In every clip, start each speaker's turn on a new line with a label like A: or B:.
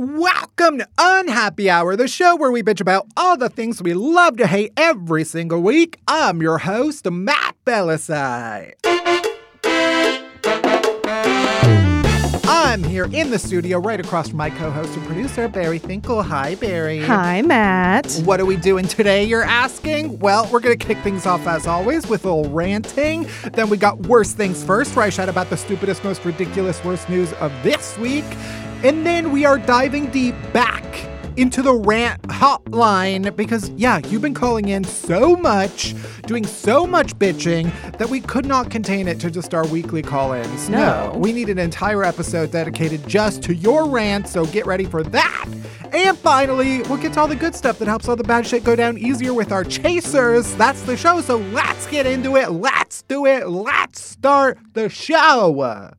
A: Welcome to Unhappy Hour, the show where we bitch about all the things we love to hate every single week. I'm your host, Matt Belisai. I'm here in the studio right across from my co-host and producer, Barry Finkel. Hi, Barry.
B: Hi, Matt.
A: What are we doing today, you're asking? Well, we're going to kick things off as always with a little ranting. Then we got Worst Things First, where I shout about the stupidest, most ridiculous, worst news of this week. And then we are diving deep back into the rant hotline because, yeah, you've been calling in so much, doing so much bitching that we could not contain it to just our weekly call ins.
B: No.
A: We need an entire episode dedicated just to your rant, so get ready for that. And finally, we'll get to all the good stuff that helps all the bad shit go down easier with our chasers. That's the show, so let's get into it. Let's do it. Let's start the show.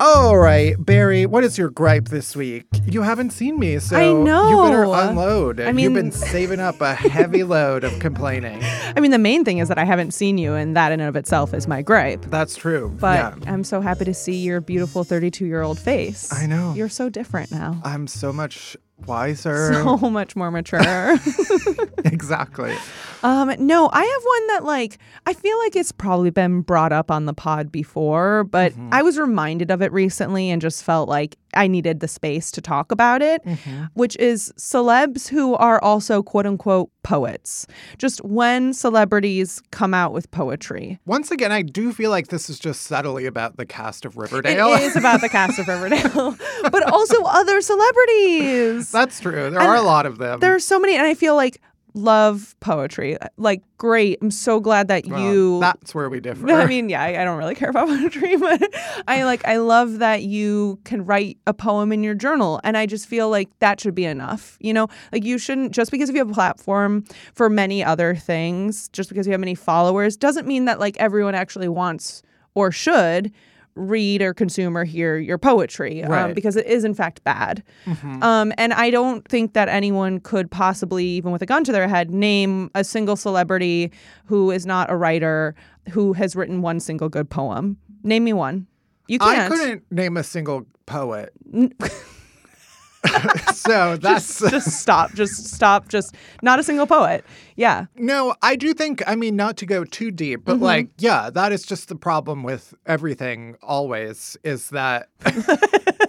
A: All right, Barry, what is your gripe this week? You haven't seen me, so
B: I
A: you better
B: know.
A: unload.
B: I
A: You've
B: mean-
A: been saving up a heavy load of complaining.
B: I mean, the main thing is that I haven't seen you, and that in and of itself is my gripe.
A: That's true.
B: But
A: yeah.
B: I'm so happy to see your beautiful 32 year old face.
A: I know.
B: You're so different now.
A: I'm so much wiser.
B: So much more mature.
A: exactly.
B: um, no, I have one that, like, I feel like it's probably been brought up on the pod before, but
A: Mm-hmm.
B: I was reminded of it recently and just felt like I needed the space to talk about it,
A: Mm-hmm.
B: which is celebs who are also quote unquote poets. Just when celebrities come out with poetry.
A: Once again, I do feel like this is just subtly about the cast of
B: It
A: Riverdale.
B: is about the cast of Riverdale, but also other celebrities.
A: That's true. There are a lot of them.
B: There are so many, and I feel like love poetry. Like, great. I'm so glad that
A: Well,
B: you.
A: That's where we differ.
B: I mean, yeah, I, I don't really care about poetry, but I like. I love that you can write a poem in your journal, and I just feel like that should be enough. You know, like you shouldn't just because you have a platform for many other things, just because you have many followers, doesn't mean that like everyone actually wants or should read or consume or hear your poetry
A: Right.
B: um, because it is in fact bad
C: Mm-hmm.
B: um, and i don't think that anyone could possibly even with a gun to their head name a single celebrity who is not a writer who has written one single good poem name me one you
A: I
B: can't
A: couldn't name a single poet. so that's
B: just stop just stop just not a single poet yeah
A: No, I do think, I mean, not to go too deep,
B: Mm-hmm.
A: but like, yeah, that is just the problem with everything always is that.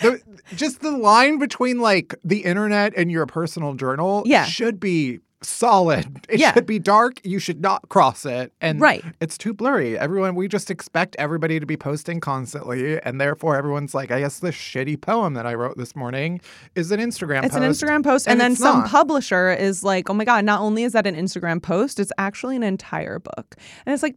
A: The, just the line between like the internet and your personal journal
B: Yeah.
A: should be solid. It
B: Yeah.
A: should be dark. You should not cross it. And
B: Right.
A: it's too blurry. Everyone, we just expect everybody to be posting constantly. And therefore, everyone's like, I guess this shitty poem that I wrote this morning is an Instagram
B: it's
A: post.
B: an Instagram post, and, then
A: it's
B: some
A: not.
B: publisher is like, "Oh my god! Not only is that an Instagram post, it's actually an entire book." And it's like,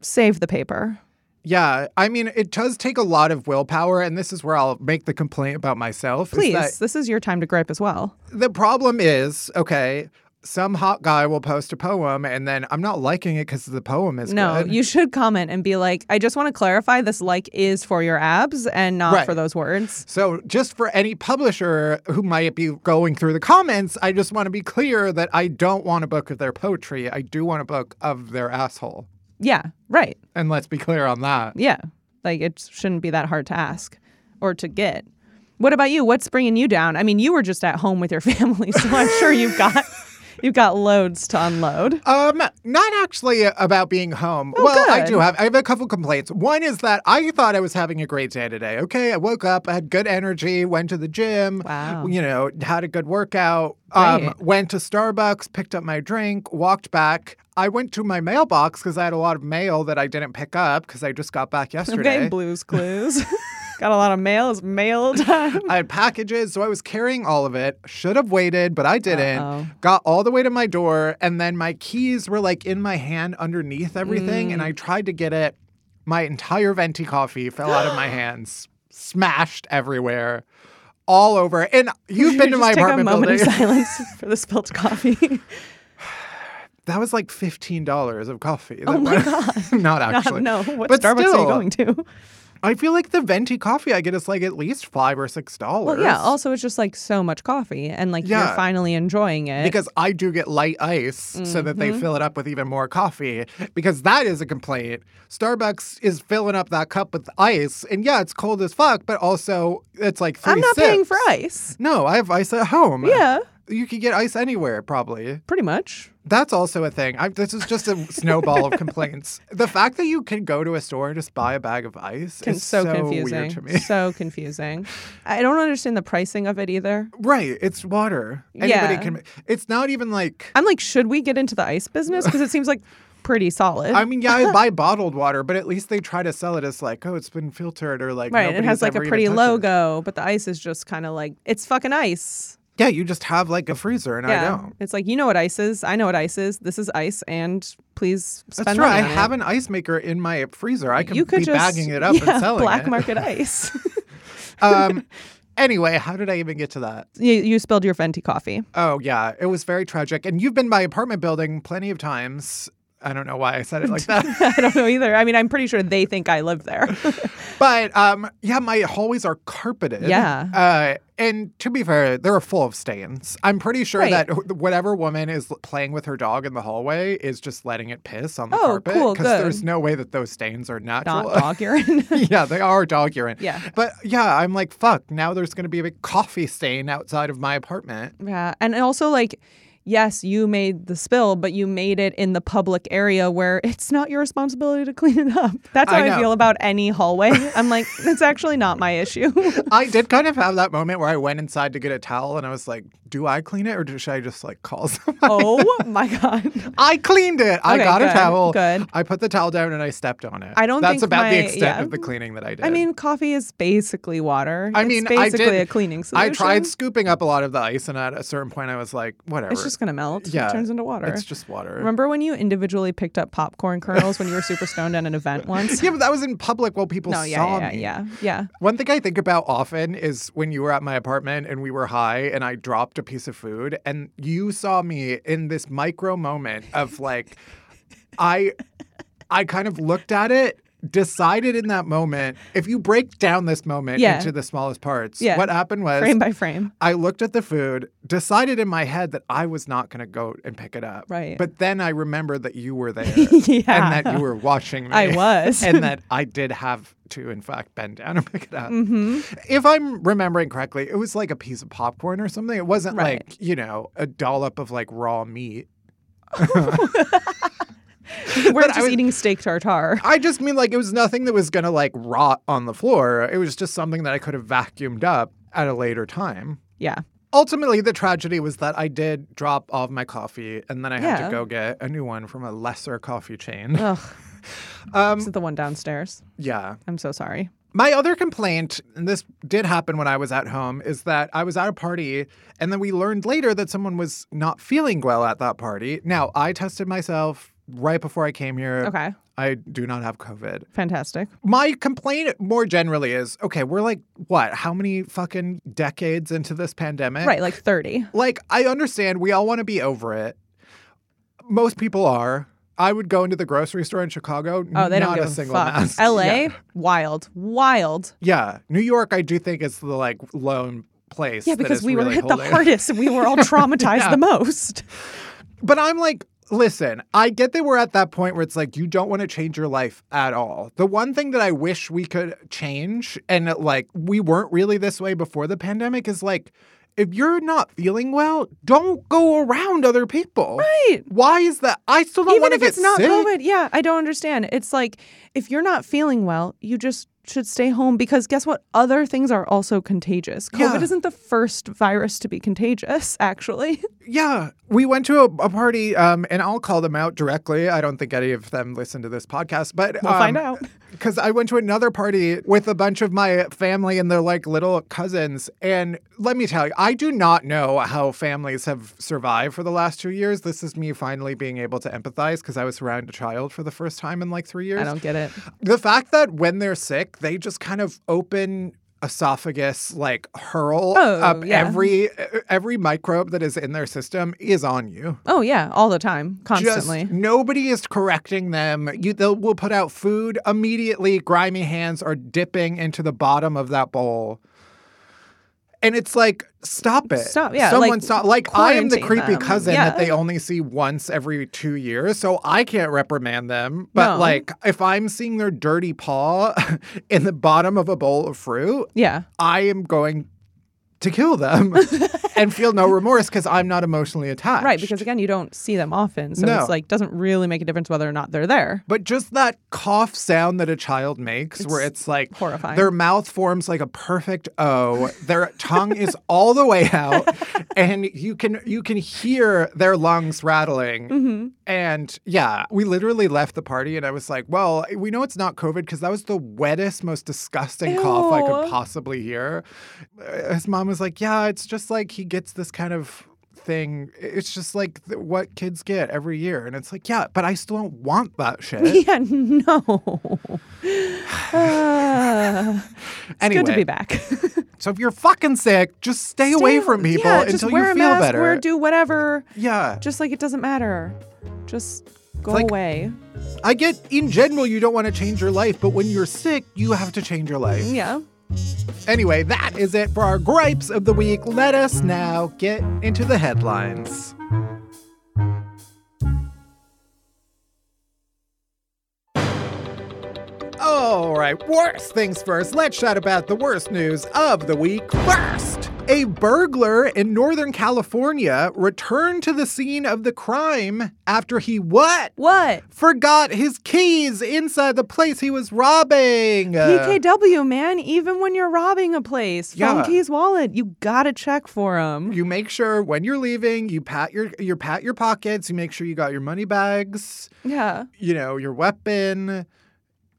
B: save the paper.
A: Yeah, I mean, it does take a lot of willpower, and this is where I'll make the complaint about myself. is
B: Please,
A: that
B: this is your time to gripe as well.
A: the problem is okay. some hot guy will post a poem and then I'm not liking it because the poem is
B: no,
A: good.
B: you should comment and be like, I just want to clarify this like is for your abs and not
A: Right.
B: for those words.
A: So, just for any publisher who might be going through the comments, I just want to be clear that I don't want a book of their poetry. I do want a book of their asshole.
B: Yeah, right.
A: And let's be clear on that.
B: Yeah. Like it shouldn't be that hard to ask or to get. What about you? What's bringing you down? I mean, you were just at home with your family, so I'm sure you've got you've got loads to unload. Oh,
A: Um, not actually uh, about being home. Um, well, I
B: good.
A: do have I have a couple complaints. One is that I thought I was having a great day today. Okay, I woke up, I had good energy, went to the gym,
B: Wow.
A: you know, had a good workout. Um,
B: Great.
A: went to Starbucks, picked up my drink, walked back. I went to my mailbox because I had a lot of mail that I didn't pick up because I just got back yesterday.
B: Okay, blues clues. got a lot of mail. It's mail time.
A: I had packages, so I was carrying all of it. Should have waited, but I didn't.
B: Uh-oh.
A: Got all the way to my door, and then my keys were like in my hand underneath everything,
B: Mm.
A: and I tried to get it. My entire venti coffee fell out of my hands, smashed everywhere, all over. And you've been to
B: Just
A: my
B: take
A: apartment
B: a moment
A: building.
B: of silence for the spilled coffee.
A: that was like fifteen dollars of coffee. Oh my god! Not actually.
B: no, what
A: but
B: Starbucks are
A: still,
B: you going to?
A: I feel like the venti coffee I get is like at least five or six dollars.
B: Well, yeah. Also, it's just like so much coffee, and like
A: Yeah.
B: you're finally enjoying it. Mm-hmm.
A: because I do get light ice so that they fill it up with even more coffee because that is a complaint. Starbucks is filling up that cup with ice and yeah, it's cold as fuck, but also it's like three
B: I'm not
A: sips.
B: paying for ice.
A: No, I have ice at home.
B: Yeah,
A: You can get ice anywhere, probably.
B: pretty much.
A: That's also a thing. I, this is just a snowball of complaints. The fact that you can go to a store and just buy a bag of ice
B: Con-
A: is
B: so,
A: weird
B: confusing.
A: to me.
B: So confusing. I don't understand the pricing of it either.
A: Right, it's water. Anybody
B: Yeah.
A: can. It's not even like
B: I'm like, should we get into the ice business? Because it seems like pretty solid.
A: I mean, yeah, I buy bottled water, but at least they try to sell it as like, oh, it's been filtered or like,
B: right. It
A: nobody's
B: has like a
A: ever even
B: pretty
A: touched it.
B: logo, but the ice is just kind of like it's fucking ice.
A: Yeah, you just have like a freezer, and I
B: Yeah.
A: don't.
B: It's like you know what ice is. I know what ice is. This is ice, and please spend
A: That's
B: money
A: right. I
B: on it.
A: have an ice maker in my freezer. I can
B: you could
A: be
B: just
A: bagging it up
B: yeah,
A: and selling
B: black
A: it.
B: market ice.
A: um, anyway, how did I even get to that?
B: you, you spilled your venti coffee.
A: Oh yeah, it was very tragic. And you've been my apartment building plenty of times. I don't know why I said it like that.
B: I don't know either. I mean, I'm pretty sure they think I live there.
A: But um, yeah, my hallways are carpeted.
B: Yeah.
A: Uh, and to be fair, they're full of stains. I'm pretty sure
B: Right.
A: that wh- whatever woman is l- playing with her dog in the hallway is just letting it piss on the
B: Oh,
A: carpet
B: cool, good.
A: there's no way that those stains are natural.
B: Not dog urine.
A: yeah, they are dog urine.
B: Yeah.
A: But yeah, I'm like, fuck. Now there's going to be a big coffee stain outside of my apartment.
B: Yeah. And also, like, yes, you made the spill, but you made it in the public area where it's not your responsibility to clean it up. That's how
A: I
B: I,
A: know.
B: feel about any hallway. I'm like, it's actually not my issue.
A: I did kind of have that moment where I went inside to get a towel and I was like, do I clean it or do- should I just like call someone?
B: oh my God.
A: I cleaned it. I
B: Okay,
A: got a
B: good,
A: towel.
B: good.
A: I put the towel down and I stepped on it.
B: I don't
A: That's
B: think
A: about
B: my-
A: the extent
B: yeah.
A: of the cleaning that I did.
B: I mean, coffee is basically water.
A: I
B: It's
A: mean, I
B: basically
A: did-
B: a cleaning solution.
A: I tried scooping up a lot of the ice, and at a certain point, I was like, whatever.
B: It's just going to melt.
A: Yeah,
B: It turns into water.
A: It's just water.
B: Remember when you individually picked up popcorn kernels when you were super stoned at an event once?
A: Yeah, but that was in public while people
B: No, yeah,
A: saw
B: yeah,
A: me.
B: yeah, yeah.
A: One thing I think about often is when you were at my apartment and we were high and I dropped a piece of food and you saw me in this micro moment of like I I kind of looked at it, decided in that moment, if you break down this moment
B: Yeah.
A: into the smallest parts,
B: Yeah.
A: what happened was
B: Frame by frame.
A: I looked at the food, decided in my head that I was not going to go and pick it up.
B: Right.
A: But then I remembered that you were there
B: Yeah.
A: and that you were watching me.
B: I was.
A: and that I did have to, in fact, bend down and pick it up.
B: Mm-hmm.
A: If I'm remembering correctly, it was like a piece of popcorn or something. It wasn't
B: Right.
A: like, you know, a dollop of like raw meat.
B: We're
A: But I
B: just
A: was-
B: eating steak tartare.
A: I just mean like it was nothing that was going to like rot on the floor. It was just something that I could have vacuumed up at a later time.
B: Yeah.
A: Ultimately, the tragedy was that I did drop all of my coffee and then I had to
B: Yeah.
A: go get a new one from a lesser coffee chain.
B: Ugh.
A: Um,
B: Is it the one downstairs?
A: yeah.
B: I'm so sorry.
A: My other complaint, and this did happen when I was at home, is that I was at a party and then we learned later that someone was not feeling well at that party. Now, I tested myself right before I came here.
B: Okay.
A: I do not have COVID.
B: Fantastic.
A: My complaint more generally is okay, we're like, what, how many fucking decades into this pandemic?
B: Right, like 30.
A: Like, I understand we all want to be over it. Most people are. I would go into the grocery store in Chicago.
B: Oh, they
A: not
B: don't give
A: a single
B: fuck.
A: mask.
B: LA,
A: Yeah.
B: wild, wild.
A: Yeah. New York, I do think is the like lone place.
B: Yeah,
A: that
B: because
A: is
B: we were
A: really
B: hit
A: holding-
B: the hardest and we were all traumatized the most.
A: But I'm like, listen, I get that we're at that point where it's like you don't want to change your life at all. The one thing that I wish we could change, and like we weren't really this way before the pandemic, is like if you're not feeling well, don't go around other people.
B: Right.
A: Why is that? I still don't
B: Even
A: want to
B: if
A: get
B: it's not
A: sick.
B: COVID, yeah, I don't understand. It's like if you're not feeling well, you just should stay home because guess what? Other things are also contagious. COVID
A: Yeah.
B: isn't the first virus to be contagious, actually.
A: Yeah, we went to a, a party, um, and I'll call them out directly. I don't think any of them listen to this podcast, but
B: We'll find out.
A: Because I went to another party with a bunch of my family and their like little cousins, and let me tell you, I do not know how families have survived for the last two years. This is me finally being able to empathize because I was around a child for the first time in like three years
B: I don't get it.
A: the fact that when they're sick, they just kind of open esophagus like hurl
B: Oh,
A: up
B: yeah.
A: every every microbe that is in their system is on you.
B: Oh yeah, all the time, constantly.
A: Just nobody is correcting them. You they will put out food immediately. Grimy hands are dipping into the bottom of that bowl. And it's like, stop it.
B: Stop, yeah,
A: Someone
B: like,
A: stop. Like, I am the
B: quarantine
A: creepy
B: them.
A: cousin
B: Yeah.
A: that they only see once every two years, so I can't reprimand them. But,
B: No.
A: like, if I'm seeing their dirty paw in the bottom of a bowl of fruit,
B: yeah.
A: I am going to kill them and feel no remorse because I'm not emotionally attached.
B: Right, because again, you don't see them often, so
A: No.
B: it's like doesn't really make a difference whether or not they're there.
A: But just that cough sound that a child makes, where it's like
B: horrifying.
A: Their mouth forms like a perfect O. Their tongue is all the way out, and you can you can hear their lungs rattling.
B: Mm-hmm.
A: And yeah, we literally left the party, and I was like, "Well, we know it's not COVID because that was the wettest, most disgusting cough I could
B: Ew.
A: possibly hear." Uh, His mom was like, "Yeah, it's just like he gets this kind of." thing it's just like th- what kids get every year and it's like yeah but i still don't want that shit
B: Yeah, no. Uh, it's good to
A: Anyway.
B: be back.
A: So if you're fucking sick, just stay, away from people
B: yeah, just
A: until you
B: wear
A: feel
B: a mask,
A: better.
B: Or do whatever.
A: yeah.
B: Just like it doesn't matter. Just go
A: like-
B: away.
A: I get in general you don't want to change your life, but when you're sick, you have to change your life.
B: Yeah.
A: Anyway, that is it for our gripes of the week. Let us now get into the headlines. All right, worst things first. Let's chat about the worst news of the week first. A burglar in Northern California returned to the scene of the crime after he what?
B: What?
A: Forgot his keys inside the place he was robbing.
B: PKW, man. Even when you're robbing a place,
A: Yeah.
B: phone keys, wallet, you gotta check for them.
A: You make sure when you're leaving, you pat your you pat your pockets. You make sure you got your money bags,
B: yeah.
A: you know, your weapon,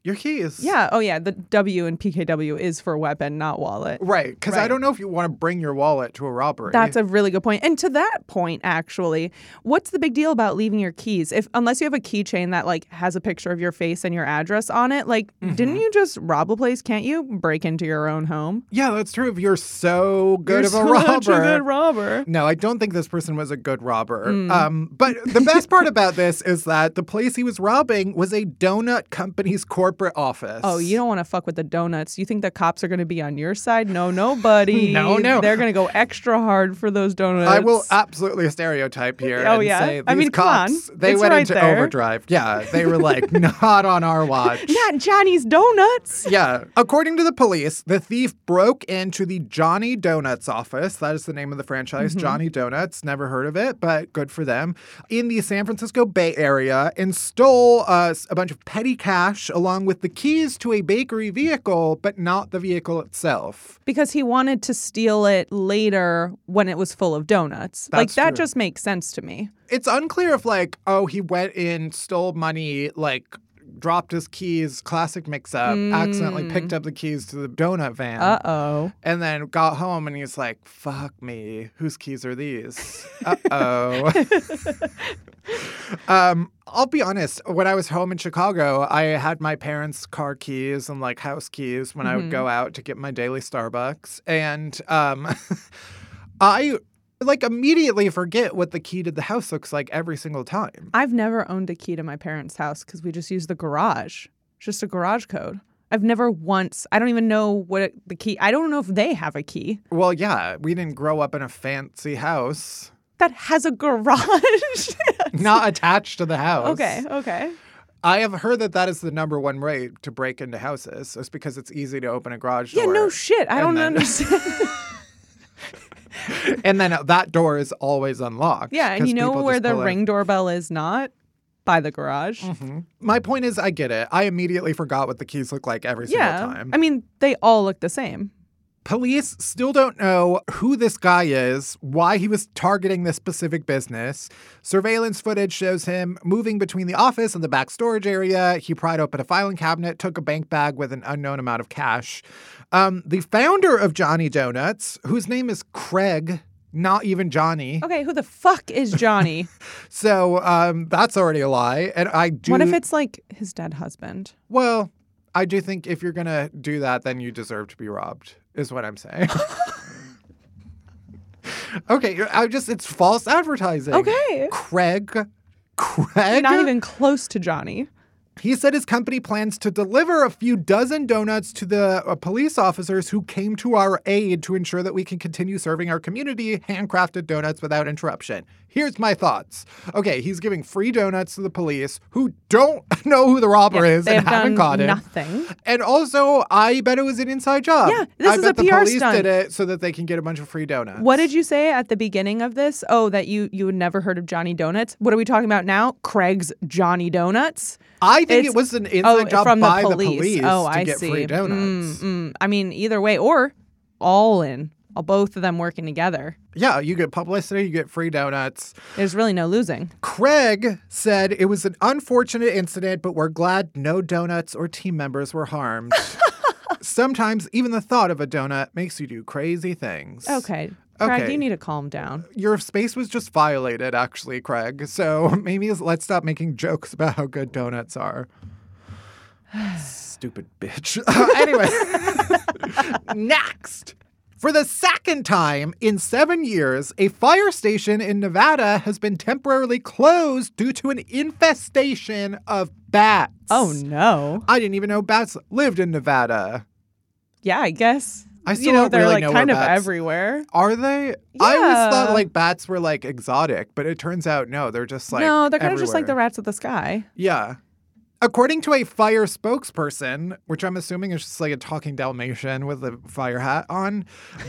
A: your keys.
B: Yeah. Oh, yeah. The W in PKW is for weapon, not wallet.
A: right. Because I
B: Right.
A: don't know if you want to bring your wallet to a robbery.
B: That's a really good point. And to that point, actually, what's the big deal about leaving your keys? If unless you have a keychain that like has a picture of your face and your address on it, like didn't
A: Mm-hmm.
B: you just rob a place? Can't you break into your own home?
A: yeah, that's true. If you're so good
B: You're
A: of a
B: such
A: robber.
B: good robber. Mm.
A: no, I don't think this person was a good robber. Um, but the best part about this is that the place he was robbing was a donut company's corporate office.
B: Oh, you don't want to fuck with the donuts. You think the cops are going to be on your side? No, no, buddy.
A: No, no.
B: They're going to go extra hard for those donuts.
A: I will absolutely stereotype here.
B: Oh,
A: and
B: yeah?
A: say
B: I
A: these
B: mean, come on.
A: cops, They
B: It's
A: went
B: right
A: into
B: there.
A: overdrive. Yeah, they were like, not on our watch.
B: Not Johnny's donuts.
A: Yeah. According to the police, the thief broke into the Johnny Donuts office. That is the name of the franchise,
B: Mm-hmm.
A: Johnny Donuts. Never heard of it, but good for them. In the San Francisco Bay Area and stole uh, a bunch of petty cash along with the keys to a bakery vehicle, but not the vehicle itself.
B: Because he wanted to steal it later when it was full of donuts. like
A: That's
B: that
A: true.
B: just makes sense to me.
A: it's unclear if like oh he went in stole money like dropped his keys, classic mix up, accidentally picked up the keys to the donut van.
B: Uh oh.
A: And then got home and he's like, fuck me. Whose keys are these? Uh oh. um, I'll be honest. When I was home in Chicago, I had my parents' car keys and like house keys when I would go out to get my daily Starbucks. And um, I like immediately forget what the key to the house looks like every single time.
B: I've never owned a key to my parents' house because we just use the garage, It's just a garage code. I've never once. I don't even know what it, the key. I don't know if they have a key
A: Well, yeah, we didn't grow up in a fancy house,
B: that has a garage.
A: not attached to the house.
B: okay. Okay.
A: I have heard that that is the number one way to break into houses. It's because it's easy to open a garage
B: Yeah.
A: door.
B: No shit. I
A: And
B: don't
A: then-
B: understand.
A: And then that door is always unlocked.
B: yeah, and
A: 'cause
B: you know
A: people
B: where
A: just
B: the
A: pull Mm-hmm. in.
B: ring doorbell is not by the garage.
A: My point is, I get it. I immediately forgot what the keys look like every
B: Yeah.
A: single time.
B: I mean, they all look the same.
A: Police still don't know who this guy is, why he was targeting this specific business. Surveillance footage shows him moving between the office and the back storage area. He pried open a filing cabinet, took a bank bag with an unknown amount of cash. Um, the founder of Johnny Donuts, whose name is Craig, not even Johnny.
B: Okay, who the fuck is Johnny?
A: So um, that's already a lie. And I do.
B: what if it's like his dead husband?
A: Well, I do think if you're going to do that, then you deserve to be robbed, is what I'm saying. okay, I just, it's false advertising.
B: Okay.
A: Craig. Craig?
B: Not even close to Johnny.
A: He said his company plans to deliver a few dozen donuts to the uh, police officers who came to our aid to ensure that we can continue serving our community handcrafted donuts without interruption. Here's my thoughts. Okay, he's giving free donuts to the police who don't know who the robber is
B: They
A: and
B: have
A: haven't
B: done
A: caught him.
B: nothing.
A: And also, I bet it was an inside job.
B: Yeah, this
A: I
B: is
A: bet
B: a
A: the
B: PR
A: police
B: stunt.
A: did it so that they can get a bunch of free donuts.
B: What did you say at the beginning of this? Oh, that you you had never heard of Johnny Donuts. What are we talking about now? Craig's Johnny Donuts.
A: I think it
B: It's-
A: was an inside
B: oh,
A: job
B: from
A: by
B: the police.
A: to
B: oh, I
A: get
B: see.
A: free donuts.
B: Mm, mm. I mean, either way, or all in, all both of them working together.
A: Yeah, you get publicity, you get free donuts.
B: There's really no losing.
A: Craig said it was an unfortunate incident, but we're glad no donuts or team members were harmed. Sometimes even the thought of a donut makes you do crazy things.
B: Okay, Craig,
A: Okay.
B: you need to calm down.
A: Your space was just violated, actually, Craig. So maybe let's stop making jokes about how good donuts are. Stupid bitch. anyway, next. For the second time in seven years, a fire station in Nevada has been temporarily closed due to an infestation of bats.
B: Oh no.
A: I didn't even know bats lived in Nevada.
B: Yeah, I guess.
A: I still
B: you know
A: don't
B: they're
A: really
B: like
A: know where
B: kind of
A: bats-
B: everywhere.
A: Are they? I always thought
B: Yeah.
A: like bats were like exotic, but it turns out no, they're just like
B: no, they're kind of just like the
A: everywhere.
B: rats of the sky.
A: Yeah. According to a fire spokesperson, which I'm assuming is just like a talking Dalmatian with a fire hat on,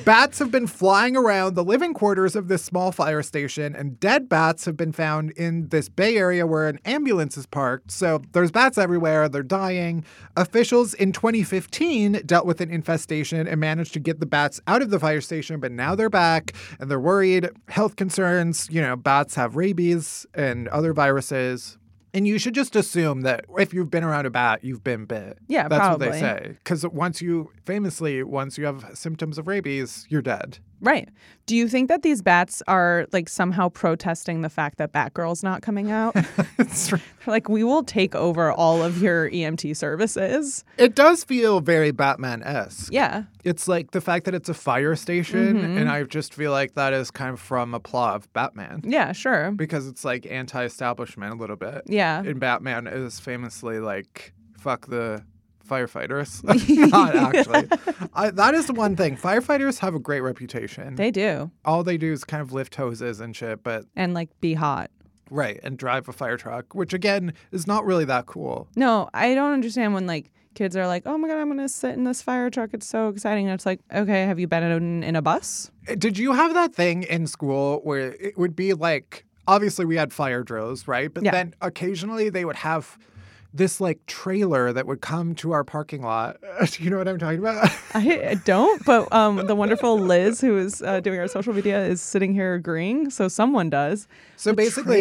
A: bats have been flying around the living quarters of this small fire station, and dead bats have been found in this Bay Area where an ambulance is parked. So there's bats everywhere, they're dying. Officials in 2015 dealt with an infestation and managed to get the bats out of the fire station, but now they're back and they're worried. Health concerns, you know, bats have rabies and other viruses. And you should just assume that if you've been around a bat, you've been bit.
B: Yeah,
A: that's what they
B: probably.
A: say. Because once you, famously, once you have symptoms of rabies, you're dead.
B: Right. Do you think that these bats are like somehow protesting the fact that Batgirl's not coming out?
A: It's-
B: like, we will take over all of your E EMT services.
A: it does feel very Batman esque.
B: Yeah.
A: It's like the fact that it's a fire station, and
B: Mm-hmm.
A: I just feel like that is kind of from a plot of Batman
B: Yeah, sure.
A: because it's like anti establishment a little bit.
B: Yeah.
A: And Batman is famously like, fuck the firefighters. Not actually. I, that is the one thing. Firefighters have a great reputation.
B: They do.
A: all they do is kind of lift hoses and shit, but
B: And like, be hot.
A: right, and drive a fire truck, which again is not really that cool.
B: No, I don't understand when like kids are like, oh my God, I'm going to sit in this fire truck. It's so exciting. And it's like, okay, have you been in, in a bus?
A: Uh, Did you have that thing in school where it would be like obviously we had fire drills, right? But
B: Yeah.
A: then occasionally they would have this like trailer that would come to our parking lot. Do you know what I'm talking about?
B: I I don't, but um, the wonderful Liz, who is uh, doing our social media, is sitting here agreeing. So someone does.
A: So
B: The
A: basically,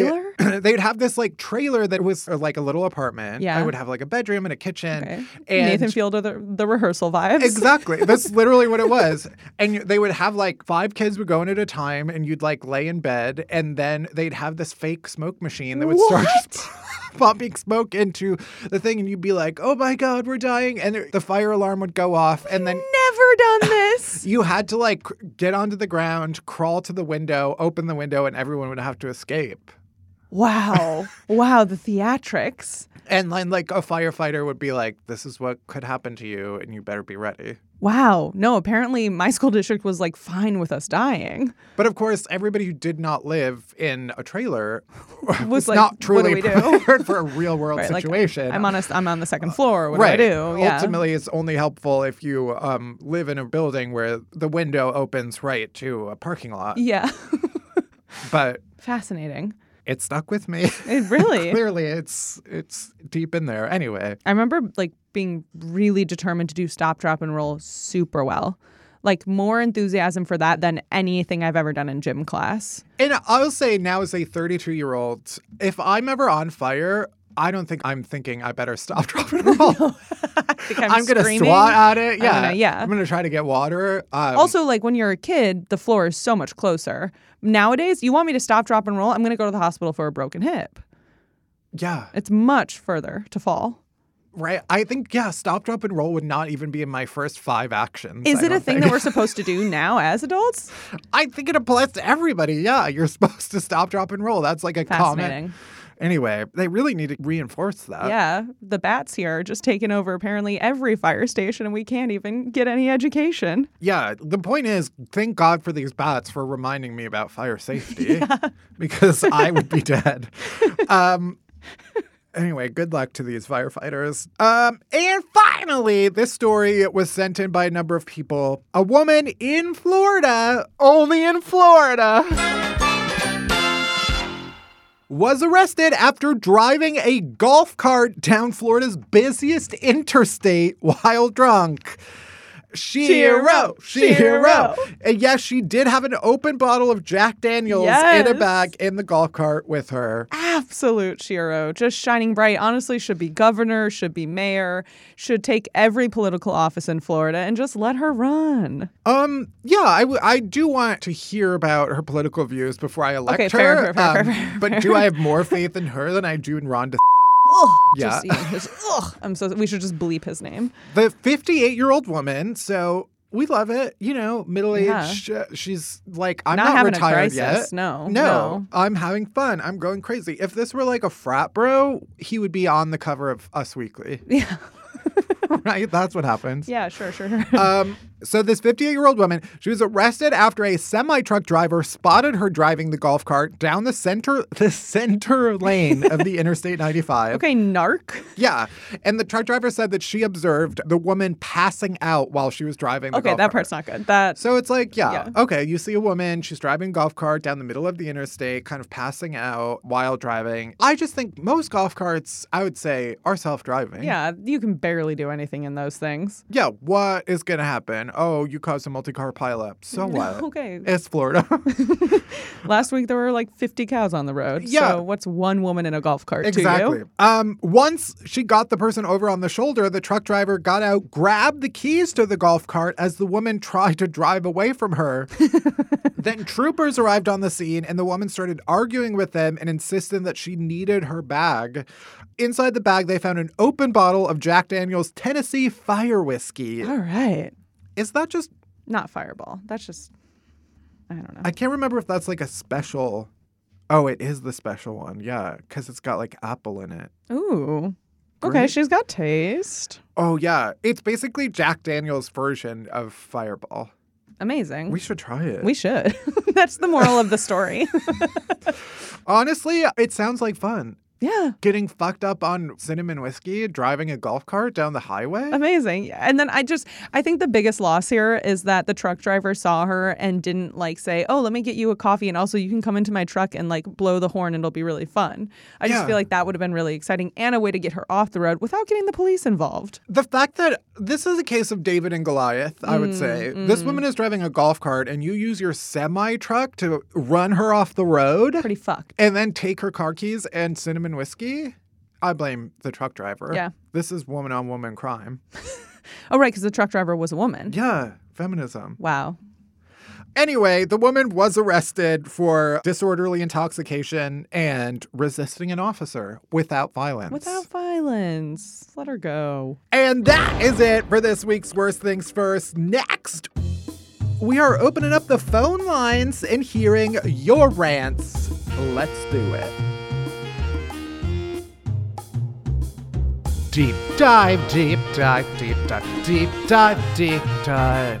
B: trailer?
A: they'd have this like trailer that was uh, like a little apartment.
B: Yeah.
A: I would have like a bedroom and a kitchen.
B: Okay.
A: And
B: Nathan Fielder, the, the rehearsal vibes.
A: Exactly. That's literally what it was. And you- they would have like five kids would go in at a time, and you'd like lay in bed, and then they'd have this fake smoke machine that would start pumping smoke into the thing, and you'd be like, "Oh my god, we're dying!" And it- the fire alarm would go off, and then.
B: Never done this.
A: You had to like cr- get onto the ground, crawl to the window, open the window, and everyone would have to escape.
B: wow. Wow. The theatrics.
A: And then, like, a firefighter would be like, This is what could happen to you, and you better be ready.
B: Wow. No, apparently my school district was like fine with us dying.
A: But of course, everybody who did not live in a trailer was,
B: Was like,
A: not
B: "What do
A: truly
B: we do?"
A: prepared for a real world
B: Right, like,
A: situation. Uh,
B: I'm on a, I'm on the second floor. What
A: right.
B: do I do? Yeah.
A: Ultimately, it's only helpful if you um, live in a building where the window opens right to a parking lot.
B: Yeah.
A: But
B: Fascinating.
A: it stuck with me.
B: It really.
A: Clearly, it's it's deep in there. Anyway,
B: I remember like being really determined to do stop, drop, and roll super well. Like more enthusiasm for that than anything I've ever done in gym class.
A: and I'll say now as a 32 year old, if I'm ever on fire. I don't think I'm thinking I better stop, drop, and roll.
B: Like,
A: I'm, gonna
B: screaming.
A: swat at it. Yeah,
B: gonna- yeah.
A: I'm gonna try to get water. Um,
B: Also, like when you're a kid, the floor is so much closer. Nowadays, you want me to stop, drop, and roll? I'm gonna go to the hospital for a broken hip.
A: yeah,
B: It's much further to fall.
A: right. I think yeah, stop, drop, and roll would not even be in my first five actions.
B: Is
A: I
B: it a
A: don't
B: thing
A: think.
B: that we're supposed to do now as adults?
A: I think it applies to everybody. Yeah, you're supposed to stop, drop, and roll. That's like a comment.
B: Fascinating.
A: Anyway, they really need to reinforce that.
B: yeah, the bats here are just taking over apparently every fire station, and we can't even get any education.
A: Yeah. The point is, thank God for these bots for reminding me about fire safety because I would be dead. Um, anyway, good luck to these firefighters. Um, and finally, this story was sent in by a number of people. A woman in Florida, only in Florida. Was arrested after driving a golf cart down Florida's busiest interstate while drunk. Shiro, Shiro.
B: Shiro.
A: And yes, she did have an open bottle of Jack Daniels in a
B: Yes.
A: bag in the golf cart with her.
B: absolute Shiro, just shining bright. Honestly, should be governor, should be mayor, should take every political office in Florida and just let her run.
A: Um, yeah, I, w- I do want to hear about her political views before I elect
B: Okay,
A: her.
B: fair, fair, fair,
A: um,
B: fair, fair,
A: but do I have more faith in her than I do in Ron?
B: Ugh,
A: Yeah.
B: just, you know, just, ugh. I'm so. We should just bleep his name.
A: the 58 year old woman. So we love it. You know, middle aged. She's like, I'm
B: Not
A: not,
B: having a
A: retired
B: crisis,
A: yet.
B: no,
A: no,
B: no.
A: I'm having fun. I'm going crazy. If this were like a frat bro, he would be on the cover of Us Weekly.
B: Yeah.
A: right? That's what happens.
B: Yeah, sure, sure.
A: Um, so this 58 year old woman, she was arrested after a semi truck driver spotted her driving the golf cart down the center the center lane of the Interstate 95.
B: okay, narc.
A: Yeah, and the truck driver said that she observed the woman passing out while she was driving. The
B: Okay,
A: golf
B: that
A: cart.
B: part's not good. That
A: So it's like, yeah,
B: Yeah.
A: okay, you see a woman, she's driving a golf cart down the middle of the interstate, kind of passing out while driving. I just think most golf carts, I would say, are self driving.
B: yeah, you can barely do anything in those things.
A: Yeah, what is going to happen? Oh, you caused a multi car pileup. So what?
B: Okay.
A: It's Florida.
B: Last week there were like 50 cows on the road.
A: Yeah.
B: So what's one woman in a golf cart to
A: Exactly.
B: you?
A: Um, once she got the person over on the shoulder, the truck driver got out, grabbed the keys to the golf cart as the woman tried to drive away from her. then troopers arrived on the scene, and the woman started arguing with them and insisted that she needed her bag. Inside the bag, they found an open bottle of Jack Daniel's Tennessee Fire Whiskey.
B: All right.
A: Is that just?
B: Not fireball. That's just I don't know.
A: I can't remember if that's like a special. Oh, it is the special one. Yeah, because it's got like apple in it.
B: Ooh. Okay,
A: Great.
B: she's got taste.
A: Oh yeah, it's basically Jack Daniel's version of Fireball.
B: Amazing.
A: We
B: We,
A: should try it.
B: should. That's the moral of the story.
A: Honestly, it sounds like fun.
B: Yeah.
A: Getting fucked up on cinnamon whiskey, driving a golf cart down the highway.
B: Amazing. And then I just, I think the biggest loss here is that the truck driver saw her and didn't like say, oh, let me get you a coffee. And also, you can come into my truck and like blow the horn and it'll be really fun. I just
A: Yeah.
B: feel like that would have been really exciting and a way to get her off the road without getting the police involved.
A: The fact that this is a case of David and Goliath, I would say.
B: Mm,
A: This woman is driving a golf cart and you use your semi truck to run her off the road
B: Pretty fucked.
A: and then take her car keys and cinnamon whiskey. I blame the truck driver.
B: Yeah.
A: This is woman on woman crime.
B: Oh, right. Because the truck driver was a woman.
A: Yeah, feminism.
B: Wow.
A: Anyway, the woman was arrested for disorderly intoxication and resisting an officer without violence.
B: Without violence. Let her go.
A: And that is it for this week's Worst Things First. Next, we are opening up the phone lines and hearing your rants. Let's do it. Deep dive, deep dive, deep dive, deep dive, deep dive.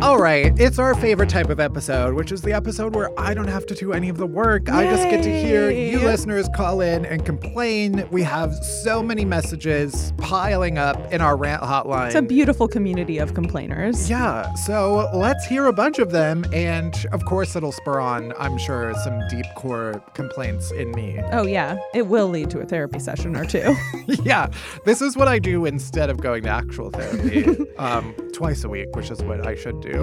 A: All right, it's our favorite type of episode, which is the episode where I don't have to do any of the work. I just get to hear you
B: Yay.
A: listeners call in and complain. We have so many messages piling up in our rant hotline.
B: It's a beautiful community of complainers.
A: yeah, so let's hear a bunch of them. And of course, it'll spur on, I'm sure, some deep core complaints in me.
B: Oh, yeah. It will lead to a therapy session or two.
A: yeah, this is what I do instead of going to actual therapy um, twice a week, which is what I should do.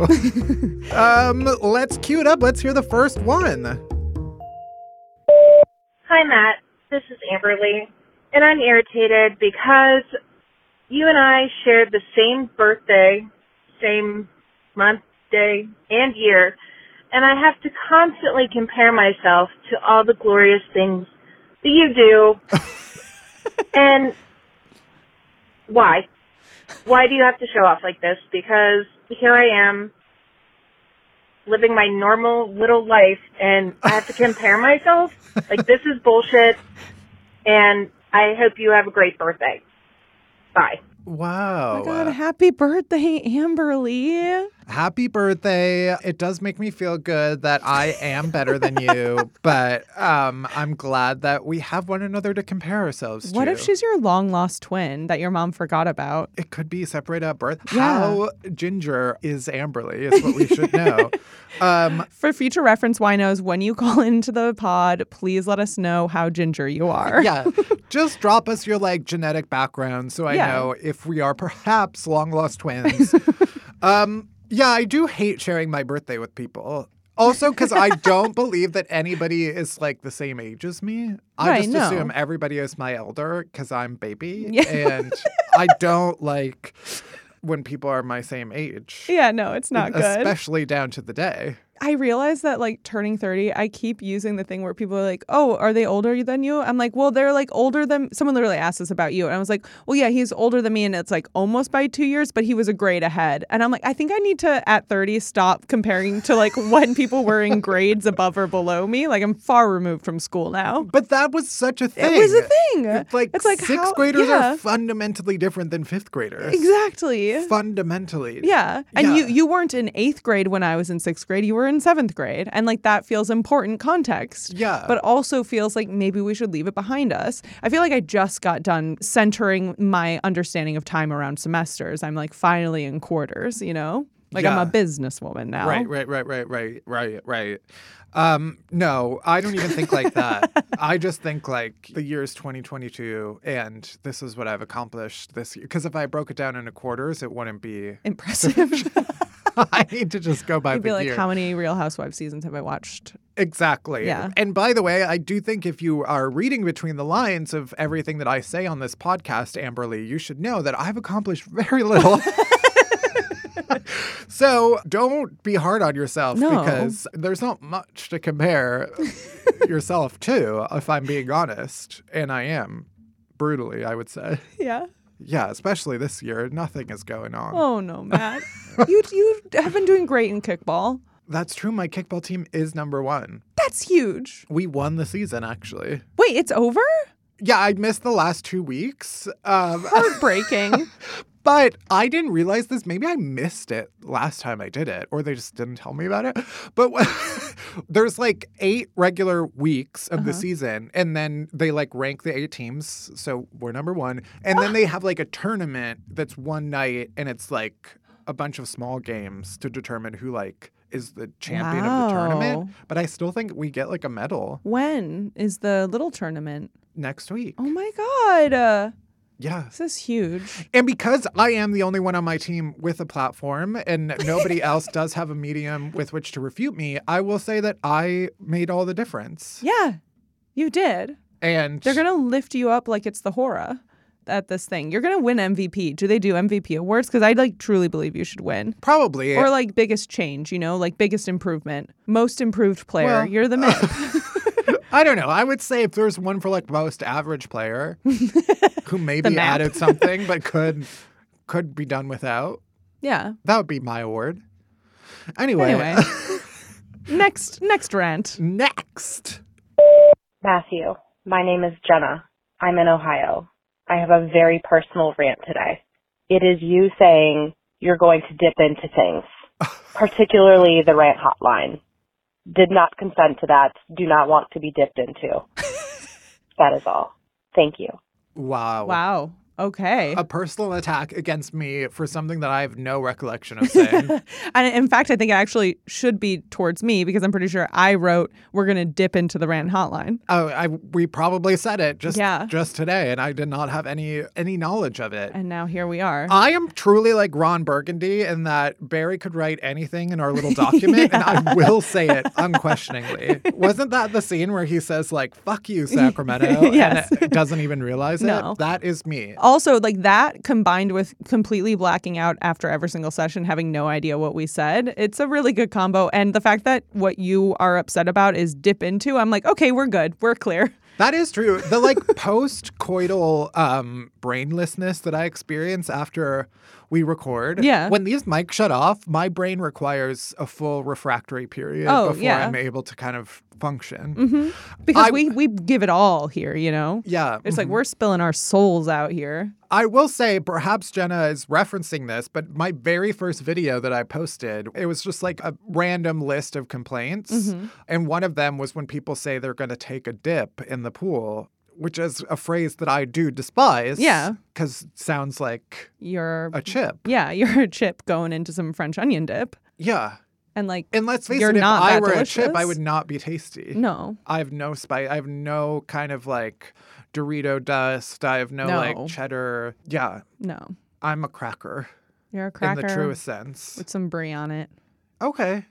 A: um, let's cue it up. Let's hear the first one.
D: Hi, Matt. This is Amberly, and I'm irritated because you and I shared the same birthday, same month, day, and year, and I have to constantly compare myself to all the glorious things that you do. and why? Why do you have to show off like this? Because here I am living my normal little life and I have to compare myself. Like this is bullshit and I hope you have a great birthday. Bye.
A: Wow.
B: Oh my God, happy birthday, Amberly.
A: Happy birthday. It does make me feel good that I am better than you, but um, I'm glad that we have one another to compare ourselves to.
B: What if she's your long lost twin that your mom forgot about?
A: It could be separated at birth.
B: Yeah.
A: How ginger is Amberly is what we should know. um,
B: For future reference, winos, when you call into the pod, please let us know how ginger you are.
A: yeah. Just drop us your like genetic background so I
B: Yeah.
A: know if we are perhaps long lost twins. um, yeah, I do hate sharing my birthday with people. Also, because I don't believe that anybody is like the same age as me. I
B: Right,
A: just
B: no.
A: assume everybody is my elder because I'm baby.
B: Yeah.
A: And I don't like when people are my same age.
B: Yeah, no, it's not good.
A: Especially down to the day.
B: I realize that like turning 30, I keep using the thing where people are like, "Oh, are they older than you?" I'm like, "Well, they're like older than someone literally asked us about you." And I was like, "Well, yeah, he's older than me and it's like almost by 2 years, but he was a grade ahead." And I'm like, "I think I need to at 30 stop comparing to like when people were in grades above or below me. Like I'm far removed from school now."
A: But that was such a thing.
B: It was a thing.
A: It's like,
B: it's like
A: sixth
B: how-
A: graders
B: yeah.
A: are fundamentally different than fifth graders.
B: Exactly.
A: Fundamentally.
B: Yeah. And
A: Yeah.
B: you you weren't in 8th grade when I was in 6th grade, you were in 7th grade. And like that feels important context.
A: Yeah.
B: But also feels like maybe we should leave it behind us. I feel like I just got done centering my understanding of time around semesters. I'm like finally in quarters, you know? Like
A: Yeah.
B: I'm a businesswoman now.
A: Right, right, right, right, right, right, right. Um, no, I don't even think like that. I just think like the year is 2022 and this is what I've accomplished this year. Because if I broke it down into quarters, it wouldn't be.
B: Impressive.
A: I need to just go by
B: I'd
A: the
B: be like,
A: year.
B: how many Real Housewives seasons have I watched?
A: Exactly.
B: Yeah.
A: And by the way, I do think if you are reading between the lines of everything that I say on this podcast, Amberly, you should know that I've accomplished very little. so don't be hard on yourself
B: No.
A: because there's not much to compare yourself to, if I'm being honest. And I am brutally, I would say.
B: Yeah.
A: Yeah, especially this year. Nothing is going on.
B: Oh no, Matt. you you have been doing great in kickball.
A: That's true. My kickball team is number one.
B: That's huge.
A: We won the season, actually.
B: Wait, it's over?
A: Yeah, I missed the last two weeks. Um,
B: Heartbreaking.
A: but I didn't realize this. Maybe I missed it last time I did it, or they just didn't tell me about it. But there's like eight regular weeks of the
B: Uh-huh.
A: season, and then they like rank the eight teams. So we're number one. And then they have like a tournament that's one night, and it's like a bunch of small games to determine who like is the champion of the tournament.
B: Wow.
A: But I still think we get like a medal
B: When is the little tournament?
A: next week.
B: Oh my God. Uh,
A: Yeah.
B: this is huge.
A: And because I am the only one on my team with a platform and nobody else does have a medium with which to refute me, I will say that I made all the difference.
B: Yeah, you did.
A: And
B: They're going to lift you up like it's the horror at this thing. You're going to win MVP. Do they do MVP awards? Because I like truly believe you should win.
A: probably
B: Or like biggest change, you know, like biggest improvement, most improved player.
A: Well- uh,
B: You're the man.
A: I don't know. I would say if there's one for like most average player who maybe
B: map.
A: added something but could could be done without,
B: yeah.
A: that would be my award.
B: Anyway. next next rant.
A: next.
D: Matthew, my name is Jenna. I'm in Ohio. I have a very personal rant today. It is you saying you're going to dip into things, particularly the rant hotline. Did not consent to that. Do not want to be dipped into. that is all. Thank you.
A: Wow.
B: Wow. Okay.
A: A personal attack against me for something that I have no recollection of saying.
B: And in fact, I think it actually should be towards me because I'm pretty sure I wrote, we're going to dip into the rant hotline.
A: Oh, I we probably said it just
B: Yeah.
A: just today, and I did not have any any knowledge of it.
B: And now here we are.
A: I am truly like Ron Burgundy in that Barry could write anything in our little document, and I will say it unquestioningly. Wasn't that the scene where he says like "fuck you, Sacramento"
B: Yes.
A: and it doesn't even realize
B: No.
A: it? That is me.
B: also, like that combined with completely blacking out after every single session, having no idea what we said, it's a really good combo. And the fact that what you are upset about is dip into, I'm like, okay, we're good. We're clear.
A: That is true. The like post coital um, brainlessness that I experience after we record.
B: Yeah.
A: When these mics shut off, my brain requires a full refractory period
B: Oh,
A: before
B: yeah.
A: I'm able to kind of function.
B: Mm-hmm. because
A: I-
B: we we give it all here, you know.
A: Yeah. mm-hmm.
B: It's like we're spilling our souls out here.
A: I will say, perhaps Jenna is referencing this, but my very first video that I posted, it was just like a random list of complaints.
B: Mm-hmm.
A: And one of them was when people say they're going to take a dip in the pool, which is a phrase that I do despise.
B: Yeah.
A: Because it sounds like
B: You're
A: a chip.
B: yeah, you're a chip going into some French onion dip,
A: Yeah.
B: and like
A: And let's face
B: You're
A: it, if
B: not
A: I
B: that
A: were a chip,
B: delicious?
A: I would not be tasty.
B: no,
A: I have no spice. I have no kind of like Dorito dust. I have no,
B: No.
A: like cheddar. Yeah.
B: no,
A: I'm a cracker,
B: you're a cracker
A: in the truest sense.
B: with some brie on it.
A: Okay.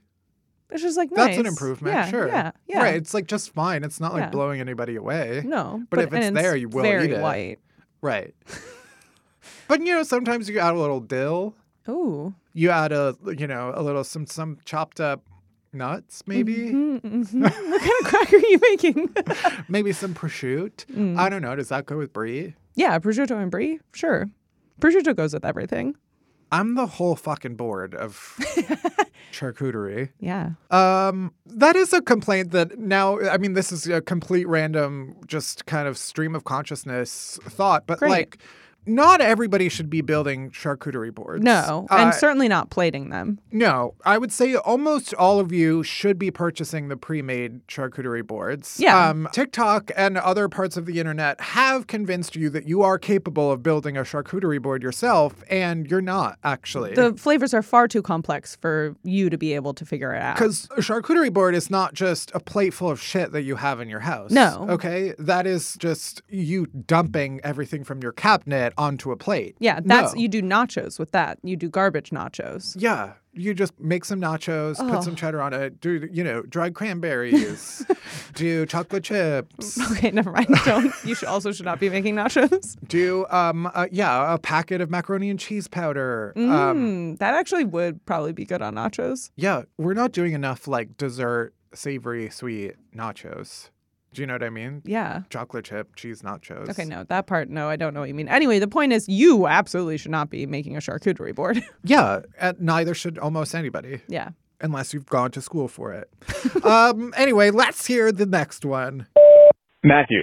B: It's just like
A: That's an
B: nice.
A: improvement,
B: Yeah,
A: sure.
B: Yeah, yeah.
A: Right. It's like just fine. It's not like
B: Yeah.
A: blowing anybody away.
B: No,
A: But if it's
B: and
A: there, you will
B: very
A: eat it.
B: white.
A: Right. but you know, sometimes you add a little dill.
B: Ooh,
A: You add a you know, a little some some chopped up nuts, maybe.
B: Mm-hmm, what kind of cracker are you making?
A: Maybe some prosciutto.
B: Mm.
A: I don't know. Does that go with brie?
B: yeah, prosciutto and brie, sure. Prosciutto goes with everything.
A: I'm the whole fucking board of charcuterie.
B: Yeah,
A: Um, that is a complaint that now, I mean, this is a complete random, just kind of stream of consciousness thought, but
B: Great.
A: like, not everybody should be building charcuterie boards.
B: no,
A: Uh,
B: and certainly not plating them.
A: no, I would say almost all of you should be purchasing the pre-made charcuterie boards.
B: Yeah.
A: Um, TikTok and other parts of the internet have convinced you that you are capable of building a charcuterie board yourself, and you're not actually.
B: The flavors are far too complex for you to be able to figure it out.
A: Because a charcuterie board is not just a plate full of shit that you have in your house.
B: No.
A: Okay. That is just you dumping everything from your cabinet onto a plate.
B: Yeah, that's
A: No.
B: you do nachos with that. You do garbage nachos.
A: Yeah. You just make some nachos, put some cheddar on it, do, you know, dried cranberries, do chocolate chips,
B: Okay, never mind. Don't. You should also should not be making nachos.
A: do, um, uh, yeah, a packet of macaroni and cheese powder. Um,
B: Mm, that actually would probably be good on nachos.
A: yeah. We're not doing enough like dessert, savory, sweet nachos. Do you know what I mean?
B: Yeah.
A: Chocolate chip, cheese nachos.
B: Okay, no, that part, no, I don't know what you mean. Anyway, the point is, you absolutely should not be making a charcuterie board.
A: Yeah, and neither should almost anybody,
B: yeah.
A: unless you've gone to school for it. um, anyway, let's hear the next one.
E: Matthew,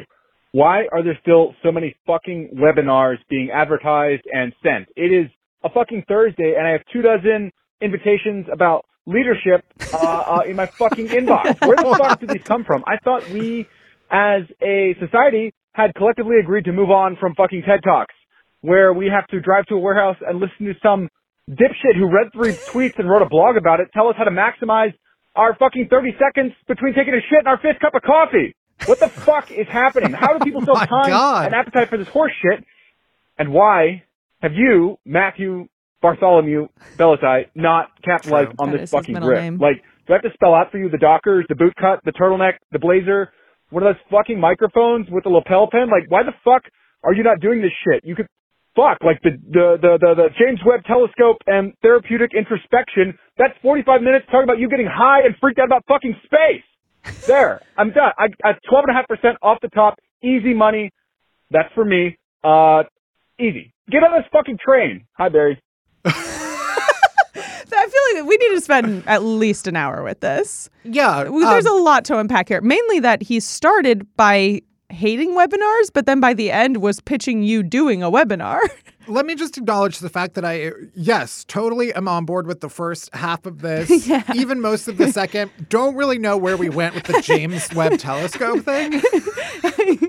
E: why are there still so many fucking webinars being advertised and sent? It is a fucking Thursday, and I have two dozen invitations about leadership uh, uh, in my fucking inbox. Where the fuck did these come from? I thought we, as a society, had collectively agreed to move on from fucking TED Talks, where we have to drive to a warehouse and listen to some dipshit who read three tweets and wrote a blog about it tell us how to maximize our fucking 30 seconds between taking a shit and our fifth cup of coffee. What the fuck is happening? How do people still
A: Oh My
E: time
A: God.
E: and appetite for this horse shit? And why have you, Matthew Bartholomew Bellatai, not capitalized
B: That
E: on this
B: is his
E: fucking
B: middle
E: grip?
B: name.
E: Like, do I have to spell out for you the Dockers, the boot cut, the turtleneck, the blazer, one of those fucking microphones with the lapel pin? Like, why the fuck are you not doing this shit? You could fuck like the the the the, the James Webb Telescope and therapeutic introspection. That's 45 minutes talking about you getting high and freaked out about fucking space. There, I'm done. I, I 12 and a half percent off the top, easy money. That's for me. Uh, easy. Get on this fucking train. Hi, Barry.
B: I feel like we need to spend at least an hour with this.
A: Yeah,
B: Well, there's
A: um,
B: a lot to unpack here. Mainly that he started by hating webinars, but then by the end was pitching you doing a webinar.
A: let me just acknowledge the fact that I, yes, totally am on board with the first half of this, even most of the second. Don't really know where we went with the James Webb Telescope thing.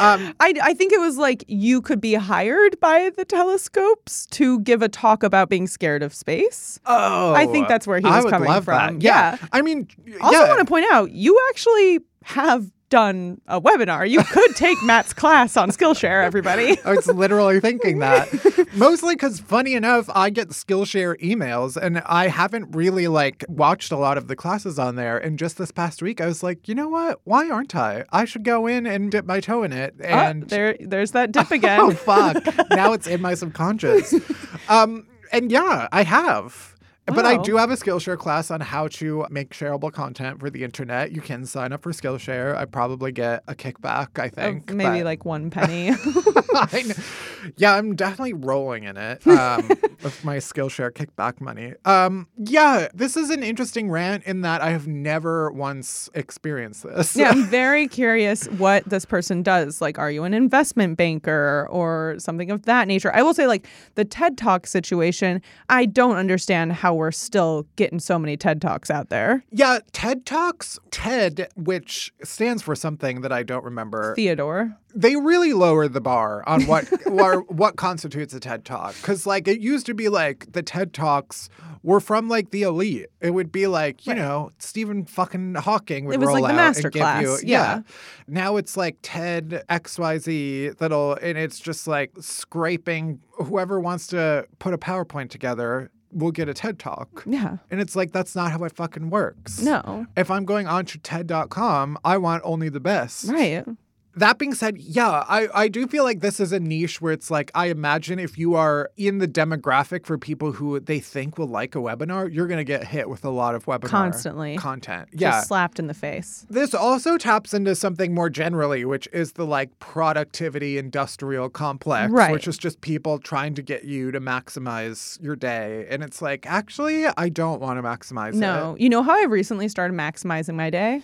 A: Um,
B: I, I think it was like you could be hired by the telescopes to give a talk about being scared of space.
A: oh,
B: I think that's where he
A: I
B: was
A: would
B: coming
A: love
B: from.
A: That. Yeah.
B: Yeah.
A: I mean,
B: Also,
A: yeah.
B: want to point out you actually have done a webinar. You could take Matt's class on Skillshare, everybody.
A: I was Oh, literally thinking that. Mostly because, funny enough, I get Skillshare emails and I haven't really like watched a lot of the classes on there. And just this past week, I was like, you know what? Why aren't I? I should go in and dip my toe in it.
B: Ah,
A: And
B: there, there's that dip again.
A: oh, fuck. now it's in my subconscious. Um, and yeah, I have. But I
B: Wow.
A: do have a Skillshare class on how to make shareable content for the internet. You can sign up for Skillshare. I probably get a kickback, I
B: Of
A: think.
B: maybe
A: but-
B: like one penny.
A: fine. Yeah, I'm definitely rolling in it um, with my Skillshare kickback money. Um, yeah, this is an interesting rant in that I have never once experienced this.
B: Yeah, I'm very curious what this person does. Like, are you an investment banker or something of that nature? I will say, like, the TED Talk situation, I don't understand how we're still getting so many TED Talks out there.
A: Yeah, TED Talks, TED, which stands for something that I don't remember.
B: Theodore.
A: they really lowered the bar on what or what constitutes a TED Talk. Because like it used to be like the TED Talks were from like the elite. It would be like you know Stephen fucking Hawking would
B: It was
A: roll
B: like the
A: out and give
B: masterclass,
A: you
B: yeah.
A: Now it's like TED XYZ that'll and it's just like scraping whoever wants to put a PowerPoint together will get a TED Talk.
B: Yeah.
A: And it's like that's not how it fucking works.
B: No.
A: If I'm going on to TED.com, I want only the best.
B: Right.
A: That being said, yeah, I, I do feel like this is a niche where it's like, I imagine if you are in the demographic for people who they think will like a webinar, you're going to get hit with a lot of webinar
B: Constantly.
A: content. Yeah.
B: Just slapped in the face.
A: this also taps into something more generally, which is the like productivity industrial complex,
B: Right.
A: which is just people trying to get you to maximize your day. And it's like, actually, I don't want to maximize it.
B: No. You know how I recently started maximizing my day?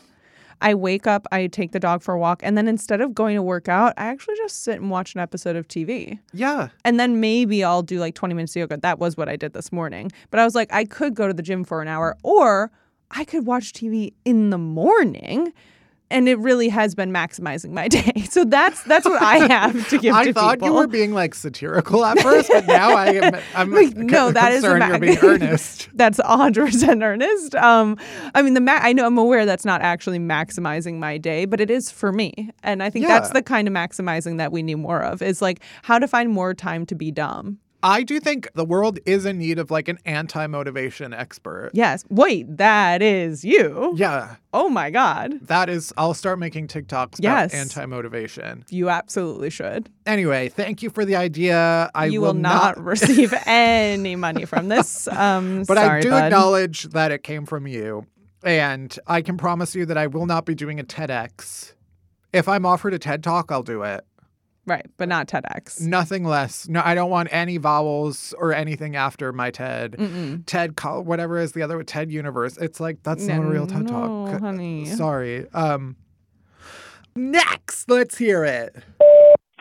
B: I wake up, I take the dog for a walk, and then instead of going to work out, I actually just sit and watch an episode of TV.
A: Yeah.
B: And then maybe I'll do like 20 minutes of yoga. That was what I did this morning. But I was like, I could go to the gym for an hour or I could watch TV in the morning. And it really has been maximizing my day. So that's that's what I have to give
A: I
B: to
A: thought you
B: people.
A: were being like satirical at first, but now I am. I'm
B: Like,
A: con-
B: no, that is a
A: concerned
B: ma-
A: you're being earnest.
B: that's 100% earnest. Um, I mean, the ma- I know I'm aware that's not actually maximizing my day, but it is for me. And I think that's
A: Yeah.
B: the kind of maximizing that we need more of is like how to find more time to be dumb.
A: I do think the world is in need of like an anti motivation expert.
B: Yes. Wait, that is you.
A: Yeah,
B: Oh my God.
A: that is. I'll start making TikToks
B: Yes.
A: about anti motivation.
B: You absolutely should.
A: Anyway, thank you for the idea. I
B: you will, not, receive any money from this. Um,
A: But
B: sorry,
A: I do
B: bud.
A: acknowledge that it came from you. And I can promise you that I will not be doing a TEDx. If I'm offered a TED talk, I'll do it.
B: Right, but not TEDx.
A: Nothing less. No, I don't want any vowels or anything after my TED. TED, col- whatever is the other with TED Universe. It's like that's not a real TED
B: No,
A: Talk.
B: honey.
A: Sorry. Um, next, let's hear it.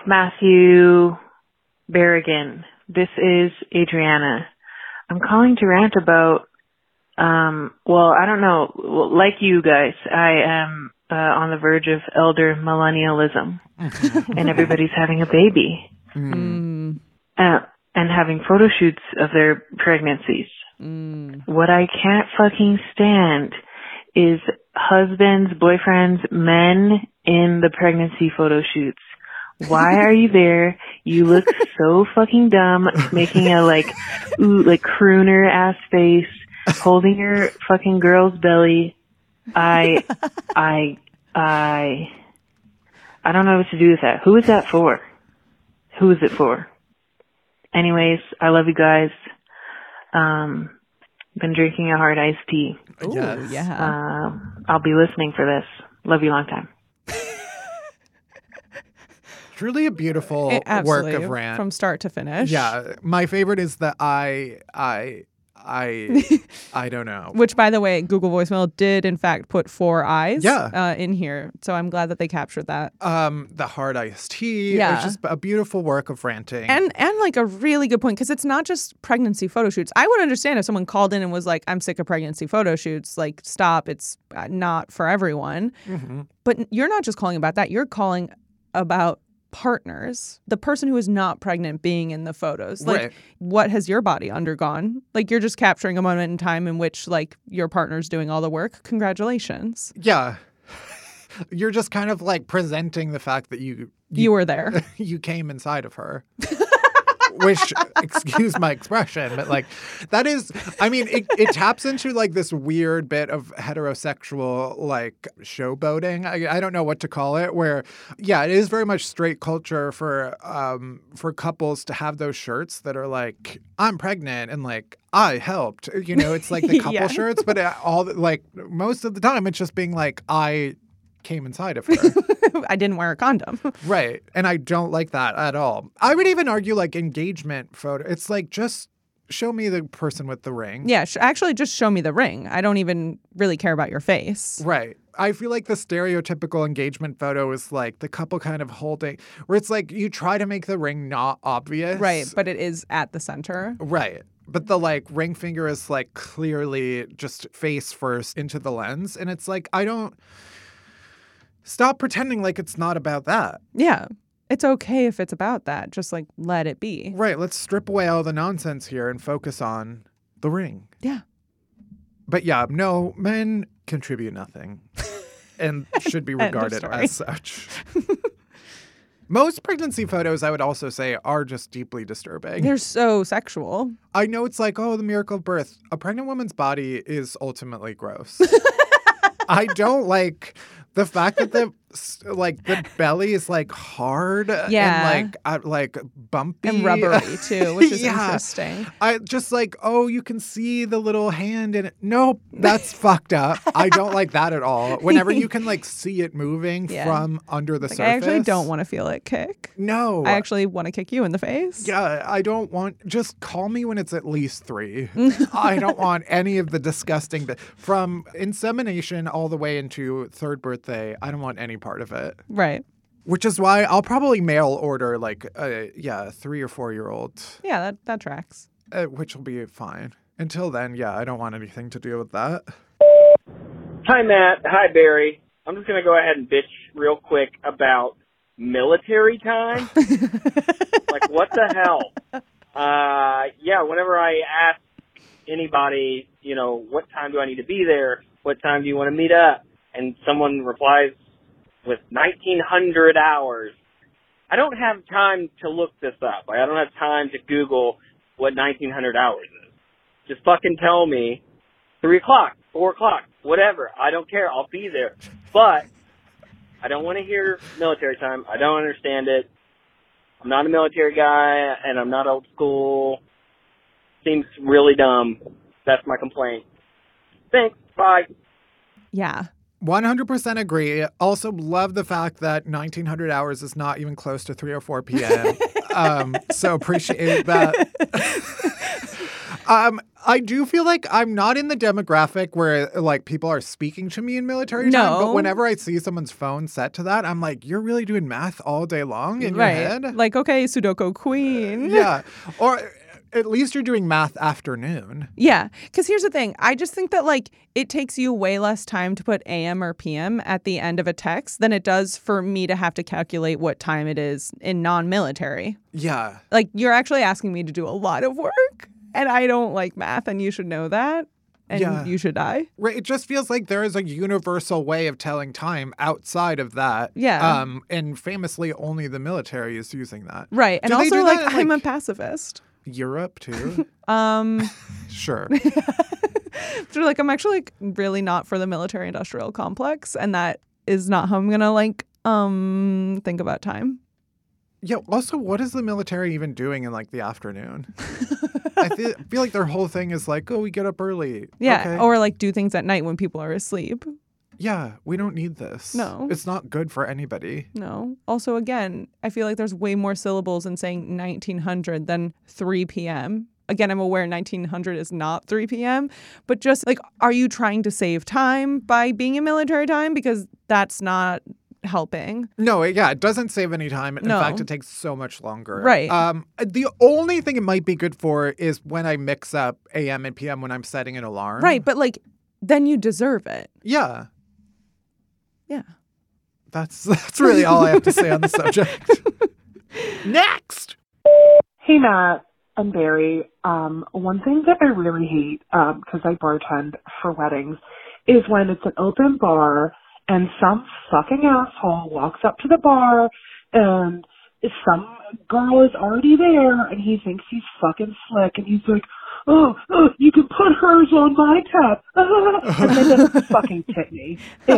D: Matthew Berrigan. This is Adriana. I'm calling to rant about, um, well, I don't know, well, like you guys, I am uh, on the verge of elder millennialism, and everybody's having a baby
B: Mm.
A: mm.
D: uh, and having photo shoots of their pregnancies. What I can't fucking stand is husbands, boyfriends, men in the pregnancy photo shoots. Why are you there? You look so fucking dumb, making a like, ooh, like crooner ass face, holding your fucking girl's belly. I, I, I, I don't know what to do with that. Who is that for? Who is it for? Anyways, I love you guys. Um, been drinking a hard iced tea.
B: Ooh,
A: Yes.
B: yeah.
D: Uh, I'll be listening for this. Love you long time.
A: Truly a beautiful
B: It- absolutely.
A: work of rant.
B: From start to finish.
A: yeah, my favorite is the I, I, I, I don't know.
B: Which, by the way, Google voicemail did in fact put four eyes
A: Yeah.
B: uh, in here. So I'm glad that they captured that.
A: Um, the hard iced tea.
B: Yeah.
A: It's just a beautiful work of ranting.
B: And and like a really good point because it's not just pregnancy photo shoots. I would understand if someone called in and was like, "I'm sick of pregnancy photo shoots. Like, stop. It's uh, not for everyone." But n- you're not just calling about that. You're calling about partners, the person who is not pregnant being in the photos. Like,
A: Right.
B: what has your body undergone? Like, you're just capturing a moment in time in which like your partner's doing all the work. Congratulations,
A: yeah. You're just kind of like presenting the fact that you
B: you were there.
A: you came inside of her. Which, excuse my expression, but like that is, I mean, it, it taps into like this weird bit of heterosexual like showboating. I, I don't know what to call it. Where, yeah, it is very much straight culture for um for couples to have those shirts that are like I'm pregnant and like I helped. You know, it's like the couple
B: Yeah.
A: shirts, but it- all the- like most of the time, it's just being like I came inside of her.
B: I didn't wear a condom.
A: Right. And I don't like that at all. I would even argue like engagement photo. It's like just show me the person with the ring.
B: yeah, sh- actually, just show me the ring. I don't even really care about your face.
A: Right. I feel like the stereotypical engagement photo is like the couple kind of holding where it's like you try to make the ring not obvious.
B: Right, but it is at the center.
A: Right. But the like ring finger is like clearly just face first into the lens. And it's like, I don't stop pretending like it's not about that.
B: Yeah. It's okay if it's about that. Just like let it be.
A: Right. Let's strip away all the nonsense here and focus on the ring.
B: Yeah.
A: But yeah, no, men contribute nothing and should be
B: End of
A: regarded
B: story.
A: as such. Most pregnancy photos, I would also say, are just deeply disturbing.
B: They're so sexual.
A: I know it's like, oh, the miracle of birth. A pregnant woman's body is ultimately gross. I don't like the fact that the s- like the belly is like hard
B: Yeah.
A: and like uh, like bumpy
B: And rubbery too, which is
A: Yeah.
B: interesting.
A: I just like, oh, you can see the little hand in it. Nope, that's fucked up. I don't like that at all. Whenever you can like see it moving
B: Yeah.
A: from under the
B: Like,
A: surface.
B: I actually don't want to feel it kick.
A: No.
B: I actually want to kick you in the face.
A: yeah, I don't want. Just call me when it's at least three. I don't want any of the disgusting. bit- From insemination all the way into third birthday, I don't want any part of it.
B: Right.
A: Which is why I'll probably mail order like, uh, yeah, three or four year old,
B: Yeah, that, that tracks.
A: uh, which will be fine. Until then, yeah, I don't want anything to do with that.
F: Hi, Matt. Hi, Barry. I'm just going to go ahead and bitch real quick about military time. like, what the hell? Uh, yeah, whenever I ask anybody, you know, what time do I need to be there? What time do you want to meet up? And someone replies with 1900 hours. I don't have time to look this up. Like, I don't have time to Google what 1900 hours is. Just fucking tell me three o'clock, four o'clock, whatever. I don't care. I'll be there. But I don't want to hear military time. I don't understand it. I'm not a military guy, and I'm not old school. Seems really dumb. That's my complaint. Thanks. Bye.
B: Yeah.
A: 100% agree. Also, love the fact that 1900 hours is not even close to oh 3 or 4 p.m. um, so, appreciate that. um, I do feel like I'm not in the demographic where like people are speaking to me in military time, but
B: No.
A: whenever I see someone's phone set to that, I'm like, you're really doing math all day long in
B: right.
A: your head?
B: Like, okay, Sudoku Queen.
A: yeah. Or at least you're doing math afternoon.
B: Yeah, because here's the thing. I just think that like it takes you way less time to put AM or PM at the end of a text than it does for me to have to calculate what time it is in non-military.
A: Yeah.
B: Like you're actually asking me to do a lot of work, and I don't like math, and you should know that, and
A: Yeah.
B: you should die.
A: Right. It just feels like there is a universal way of telling time outside of that.
B: Yeah.
A: Um, and famously, only the military is using that.
B: Right, and
A: Do they
B: also
A: do
B: like
A: that in,
B: I'm a
A: like,
B: pacifist.
A: Europe too.
B: Um,
A: sure.
B: so like I'm actually like, really not for the military-industrial complex, and that is not how I'm gonna like um think about time.
A: Yeah. Also, what is the military even doing in like the afternoon? I feel, feel like their whole thing is like, oh, we get up early.
B: Yeah,
A: Okay.
B: or like do things at night when people are asleep.
A: yeah, we don't need this.
B: No.
A: It's not good for anybody.
B: No. Also, again, I feel like there's way more syllables in saying 1900 than 3 p.m. Again, I'm aware 1900 is not 3 p.m., but just like, are you trying to save time by being in military time? Because that's not helping.
A: No, it- yeah, it doesn't save any time. In
B: No.
A: fact, it takes so much longer.
B: Right.
A: Um, the only thing it might be good for is when I mix up AM and PM when I'm setting an alarm.
B: Right. But like, then you deserve it.
A: Yeah.
B: Yeah.
A: That's that's really all I have to say on the subject. Next.
G: Hey Matt, I'm Barry. Um, one thing that I really hate because I bartend for weddings is when it's an open bar and some fucking asshole walks up to the bar and some girl is already there and he thinks he's fucking slick and he's like, oh, oh you can put hers on my tab. Ah, and then doesn't fucking tip me. Ew,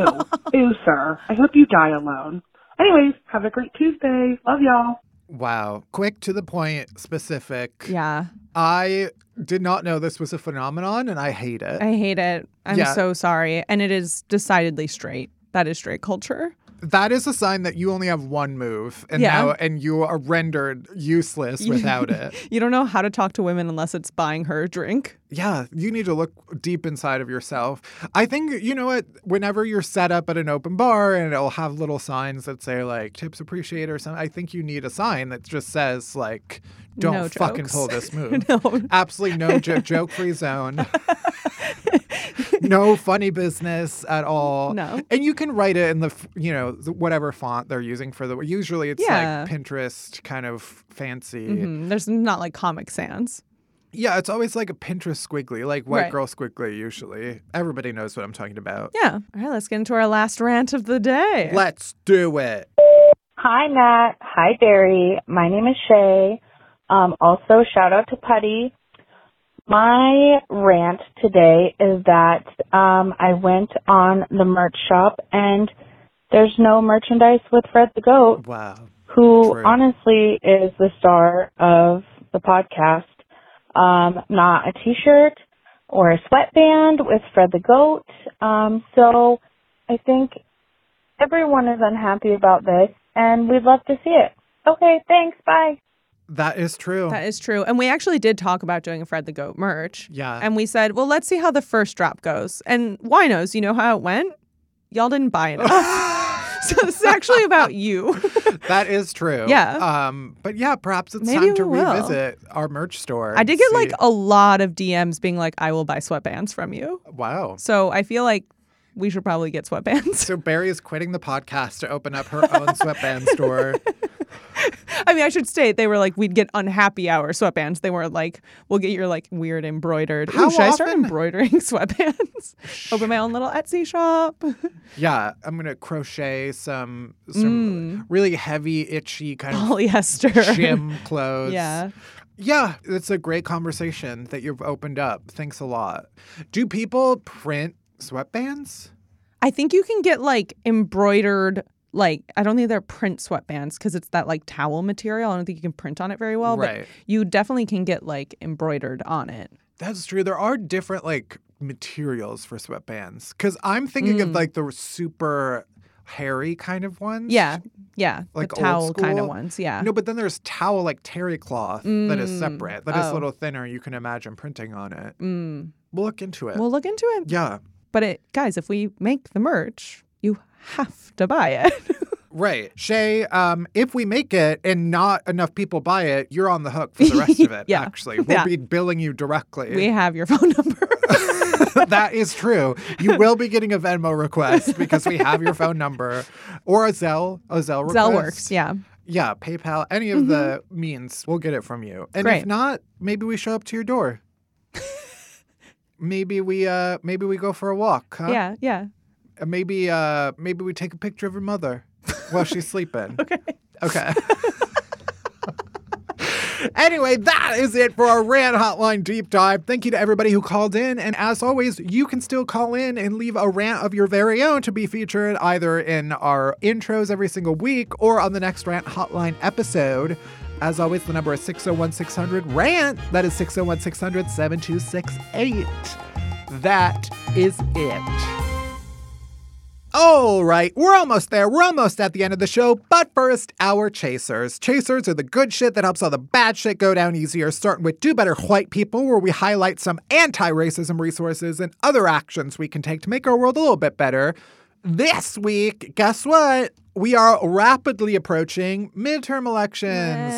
G: ew, sir. I hope you die alone. Anyways, have a great Tuesday. Love y'all.
A: Wow. Quick to the point, specific.
B: Yeah.
A: I did not know this was a phenomenon and I hate it.
B: I hate it. I'm
A: Yeah.
B: so sorry. And it is decidedly straight. That is straight culture.
A: That is a sign that you only have one move, and
B: Yeah.
A: now and you are rendered useless without it.
B: You don't know how to talk to women unless it's buying her a drink.
A: Yeah, you need to look deep inside of yourself. I think you know what. Whenever you're set up at an open bar and it'll have little signs that say like "tips appreciated" or something, I think you need a sign that just says like "Don't
B: No
A: fucking
B: jokes.
A: pull this move." Absolutely no joke, joke-free zone. no funny business at all.
B: No.
A: and you can write it in the f- you know the- whatever font they're using for the. Usually it's
B: Yeah.
A: like Pinterest kind of fancy.
B: Mhm. There's not like Comic Sans.
A: Yeah, it's always like a Pinterest squiggly, like white
B: Right.
A: girl squiggly, usually. Everybody knows what I'm talking about.
B: Yeah. All right, let's get into our last rant of the day.
A: Let's do it.
H: Hi, Matt. Hi, Barry. My name is Shay. Um, also, shout out to Putty. My rant today is that um, I went on the merch shop and there's no merchandise with Fred the Goat,
A: Wow.
H: who
A: True.
H: honestly is the star of the podcast. Um, not a T-shirt or a sweatband with Fred the Goat. Um, so I think everyone is unhappy about this, and we'd love to see it. Okay, thanks. Bye.
A: That is true.
B: That is true. And we actually did talk about doing a Fred the Goat merch.
A: Yeah.
B: And we said, well, let's see how the first drop goes. And winos, you know how it went? Y'all didn't buy enough. so this is actually about you.
A: that is true.
B: Yeah.
A: Um, but yeah, perhaps it's
B: Maybe
A: time to
B: we will.
A: revisit our merch store.
B: I did
A: and
B: get
A: see-
B: like a lot of DMs being like, I will buy sweatbands from you.
A: Wow.
B: So I feel like we should probably get sweatbands.
A: So Barry is quitting the podcast to open up her own sweatband store.
B: I mean, I should state they were like, we'd get unhappy hour sweatbands. They weren't like, we'll get your like weird embroidered.
A: How
B: Ooh, should I start
A: often-
B: embroidering sweatbands? Open my own little Etsy shop.
A: Yeah, I'm gonna crochet some some really heavy, itchy kind of
B: Mm. Polyester.
A: gym clothes.
B: Yeah.
A: Yeah, it's a great conversation that you've opened up. Thanks a lot. Do people print sweatbands?
B: I think you can get like embroidered, like I don't think they're print sweatbands because it's that like towel material. I don't think you can print on it very well,
A: Right.
B: but you definitely can get like embroidered on it.
A: That's true. There are different like materials for sweatbands because I'm thinking
B: Mm.
A: of like the super hairy kind of ones.
B: Yeah, yeah,
A: Like
B: the
A: old
B: towel kind of
A: school?
B: ones. Yeah,
A: No, but then there's towel like terry cloth that is
B: Mm.
A: separate, that is a
B: Oh.
A: little thinner. You can imagine printing on it.
B: Mm.
A: We'll look into it.
B: we'll look into it.
A: yeah.
B: But it, guys, if we make the merch, you have to buy it.
A: Right. Shay, um, if we make it and not enough people buy it, you're on the hook for the rest of it,
B: Yeah.
A: actually. We'll
B: Yeah.
A: be billing you directly.
B: we have your phone number.
A: that is true. You will be getting a Venmo request because we have your phone number or a Zelle, a Zelle request.
B: Zell works. Yeah,
A: Yeah, PayPal, any of the means, we'll get it from you. And
B: Great.
A: if not, maybe we show up to your door. maybe we uh maybe we go for a walk, huh?
B: yeah, yeah.
A: Uh, Maybe uh maybe we take a picture of her mother while she's sleeping. okay. Okay. Anyway, that is it for our Rant Hotline deep dive. Thank you to everybody who called in. And as always, you can still call in and leave a rant of your very own to be featured either in our intros every single week or on the next Rant Hotline episode. As always, the number is 601 600 RANT. That is 601 600 7268. That is it. All right, we're almost there. We're almost at the end of the show. But first, our chasers. Chasers are the good shit that helps all the bad shit go down easier, starting with Do Better White People, where we highlight some anti racism resources and other actions we can take to make our world a little bit better. This week, guess what? We are rapidly approaching midterm elections.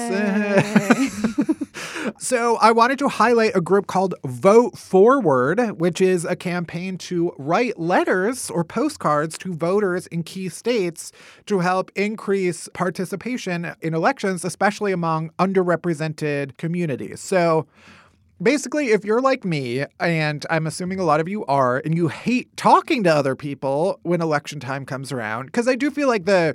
A: So I wanted to highlight a group called Vote Forward, which is a campaign to write letters or postcards to voters in key states to help increase participation in elections, especially among underrepresented communities. So Basically, if you're like me, and I'm assuming a lot of you are, and you hate talking to other people when election time comes around, because I do feel like the,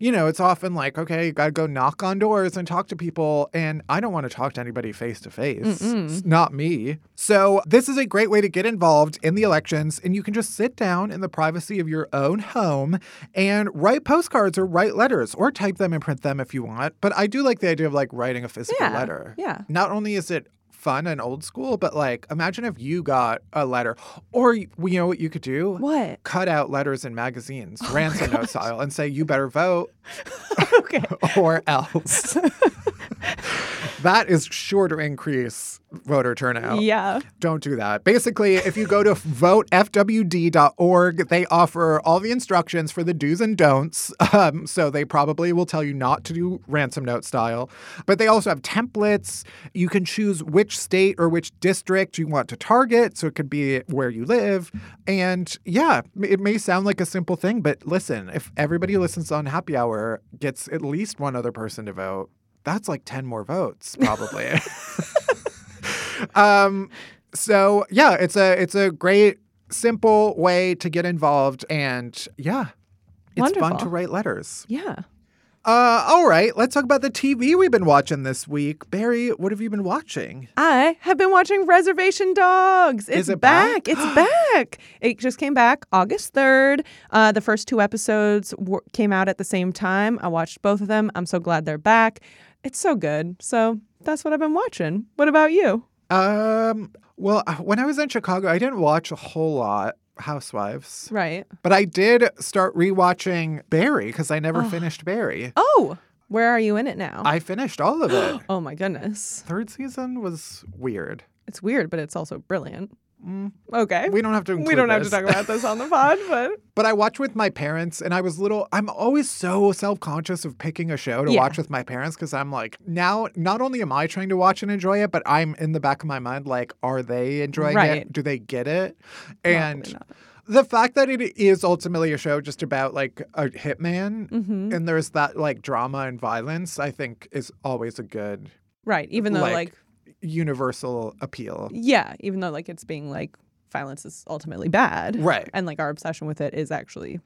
A: you know, it's often like, okay, you gotta go knock on doors and talk to people, and I don't wanna talk to anybody face to face. It's Not me. So, this is a great way to get involved in the elections, and you can just sit down in the privacy of your own home and write postcards or write letters or type them and print them if you want. But I do like the idea of like writing a physical
B: Yeah,
A: letter.
B: yeah.
A: Not only is it fun and old school, but like imagine if you got a letter, or you you know what you could do?
B: What? Oh
A: Cut out letters in magazines, ransom note style, and say you better vote, or else. that is sure to increase voter turnout.
B: Yeah.
A: Don't do that. Basically, if you go to votefwd.org, they offer all the instructions for the do's and don'ts. Um, so they probably will tell you not to do ransom note style. But they also have templates. You can choose which state or which district you want to target. So it could be where you live. And yeah, m- it may sound like a simple thing, but listen, if everybody listens on happy hour gets at least one other person to vote, that's like 10 more votes, probably. um, so yeah, it's a it's a great simple way to get involved, and yeah, it's fun
B: Wonderful.
A: to write letters.
B: Yeah.
A: Uh, all right, let's talk about the TV we've been watching this week. Barry, what have you been watching?
B: I have been watching Reservation Dogs. It's
A: Is it
B: back. It's back. It just came back August 3rd. Uh, the first two episodes w- came out at the same time. I watched both of them. I'm so glad they're back. It's so good. So that's what I've been watching. What about you?
A: Um, well, when I was in Chicago, I didn't watch a whole lot Housewives,
B: Right.
A: but I did start rewatching Barry because I never finished Barry.
B: Oh, where are you in it now?
A: I finished all of it.
B: oh my goodness.
A: Third season was weird. Mm,
B: It's weird, but it's also brilliant. Okay.
A: We don't have to.
B: We
A: include
B: don't have to
A: this.
B: talk about this on the pod, but
A: But I watched with my parents, and I was little. I'm always so self conscious of picking a show to
B: Yeah.
A: watch with my parents because I'm like, now, not only am I trying to watch and enjoy it, but I'm in the back of my mind, like, are they enjoying it?
B: Right.
A: Do they get it? And the fact that it is ultimately a show just about like a hitman
B: Mhm.
A: and there's that like drama and violence, I think is always a good
B: right. Even though,
A: Like-
B: like
A: universal appeal.
B: Yeah, even though like it's being like violence is ultimately bad.
A: Right.
B: And like our obsession with it is actually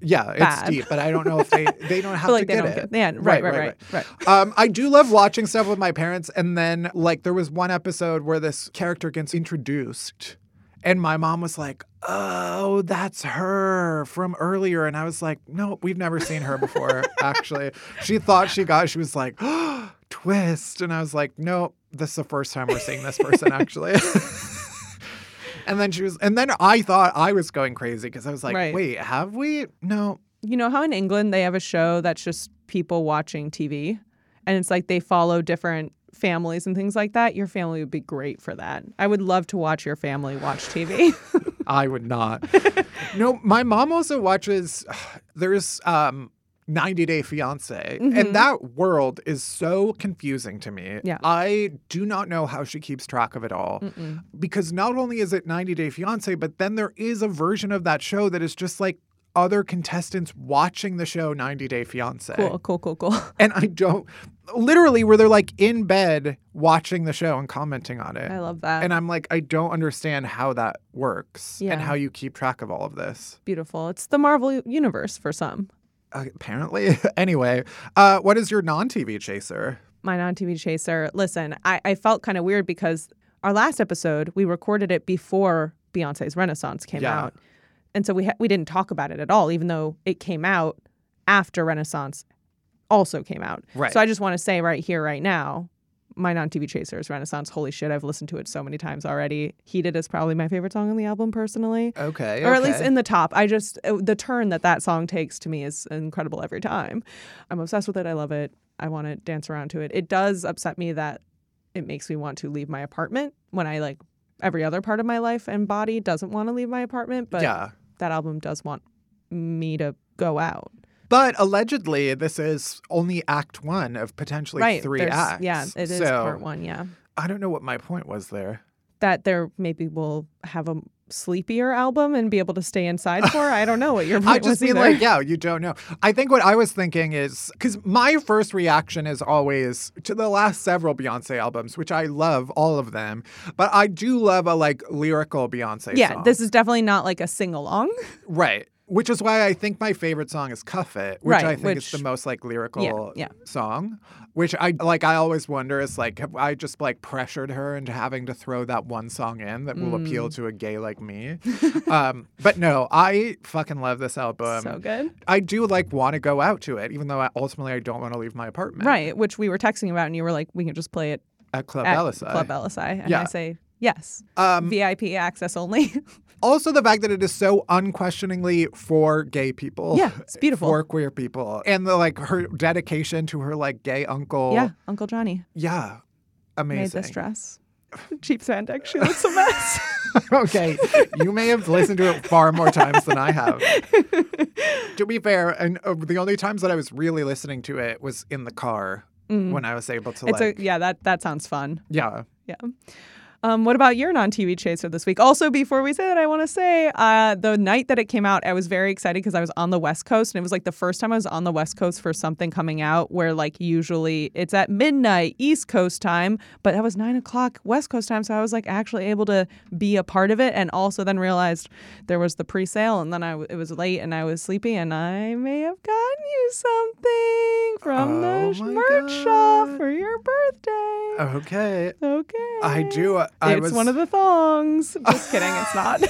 A: Yeah, it's
B: Bad.
A: deep, but I don't know if they they don't have
B: like,
A: to
B: they
A: get
B: don't
A: it.
B: get- yeah, right, right, right,
A: Um, I do love watching stuff with my parents, and then like there was one episode where this character gets introduced, and my mom was like, "Oh, that's her from earlier," and I was like, "No, we've never seen her before. actually, she thought she got. She was like, oh, twist," and I was like, "No, this is the first time we're seeing this person actually." And then she was, and then I thought I was going crazy because I was like,
B: Right.
A: wait, have we? No,
B: you know how in England they have a show that's just people watching TV and it's like they follow different families and things like that. Your family would be great for that. I would love to watch your family watch TV.
A: I would not. no, my mom also watches. There's um, 90 Day Fiance,
B: Mhm.
A: and that world is so confusing to me.
B: Yeah. Mm.
A: I do not know how she keeps track of it all
B: Mm-mm.
A: because not only is it 90 Day Fiance, but then there is a version of that show that is just like other contestants watching the show 90 Day Fiance.
B: cool, cool, cool, cool.
A: And I don't literally where they're like in bed watching the show and commenting on it.
B: I love that.
A: And I'm like, I don't understand how that works
B: Yeah.
A: and how you keep track of all of this.
B: Beautiful. It's the Marvel universe for some.
A: Uh, apparently. anyway, uh, what is your non TV chaser?
B: my non TV chaser. Listen, I, I felt kind of weird because our last episode we recorded it before Beyonce's Renaissance came
A: Yeah.
B: out, and so we ha- we didn't talk about it at all, even though it came out after Renaissance also came out.
A: Right.
B: So I just want to say right here, right now, my non TV chaser is Renaissance. Holy shit, I've listened to it so many times already. Heated is probably my favorite song on the album personally.
A: Okay.
B: Or at least
A: okay.
B: in the top. I just, uh, the turn that that song takes to me is incredible every time. I'm obsessed with it. I love it. I want to dance around to it. It does upset me that it makes me want to leave my apartment when I like every other part of my life and body doesn't want to leave my apartment. But
A: Yeah.
B: that album does want me to go out.
A: But allegedly, this is only act one of potentially
B: right.
A: three
B: There's-
A: acts.
B: Yeah, it is
A: so
B: part one. Yeah.
A: I don't know what my point was there.
B: That there maybe we'll have a sleepier album and be able to stay inside for. I don't know what your point
A: I just
B: was
A: mean
B: either.
A: like, yeah, you don't know. I think what I was thinking is because my first reaction is always to the last several Beyonce albums, which I love all of them, but I do love a like lyrical Beyonce.
B: yeah,
A: song.
B: this is definitely not like a sing along.
A: right. Which is why I think my favorite song is Cuff It, which
B: Right,
A: I think is
B: which-
A: the most like lyrical
B: yeah.
A: song. Which I like I always wonder is like have I just like pressured her into having to throw that one song in that will appeal
B: Mm.
A: to a gay like me. um, but no, I fucking love this album.
B: so good.
A: I do like want to go out to it, even though I, ultimately I don't want to leave my apartment.
B: Right, which we were texting about, and you were like, we can just play it
A: At Club
B: at
A: LSI.
B: Club LSI. And
A: Yeah. Um,
B: I say, yes, VIP access only.
A: Also, the fact that it is so unquestioningly for gay people.
B: Yeah, it's beautiful.
A: For queer people. And the like her dedication to her like gay uncle.
B: yeah, Uncle Johnny
A: Yeah. Amazing.
B: made this dress. Cheap spandex. She looks a mess.
A: okay. You may have listened to it far more times than I have. to be fair, and uh, the only times that I was really listening to it was in the car
B: Mm.
A: when I was able to
B: it's
A: like
B: a yeah. That that sounds fun.
A: yeah.
B: Yeah. Um, what about your non-TV chaser this week? Also, before we say that, I want to say uh, the night that it came out, I was very excited because I was on the West Coast, and it was like the first time I was on the West Coast for something coming out where like usually it's at midnight East Coast time, but that was nine o'clock West Coast time, so I was like actually able to be a part of it, and also then realized there was the pre-sale, and then I w- it was late and I was sleepy, and I may have gotten you something from the sh- merch shop for your birthday.
A: Okay.
B: Okay.
A: I do. uh, I
B: it's
A: was
B: one of the thongs. Just kidding, it's not.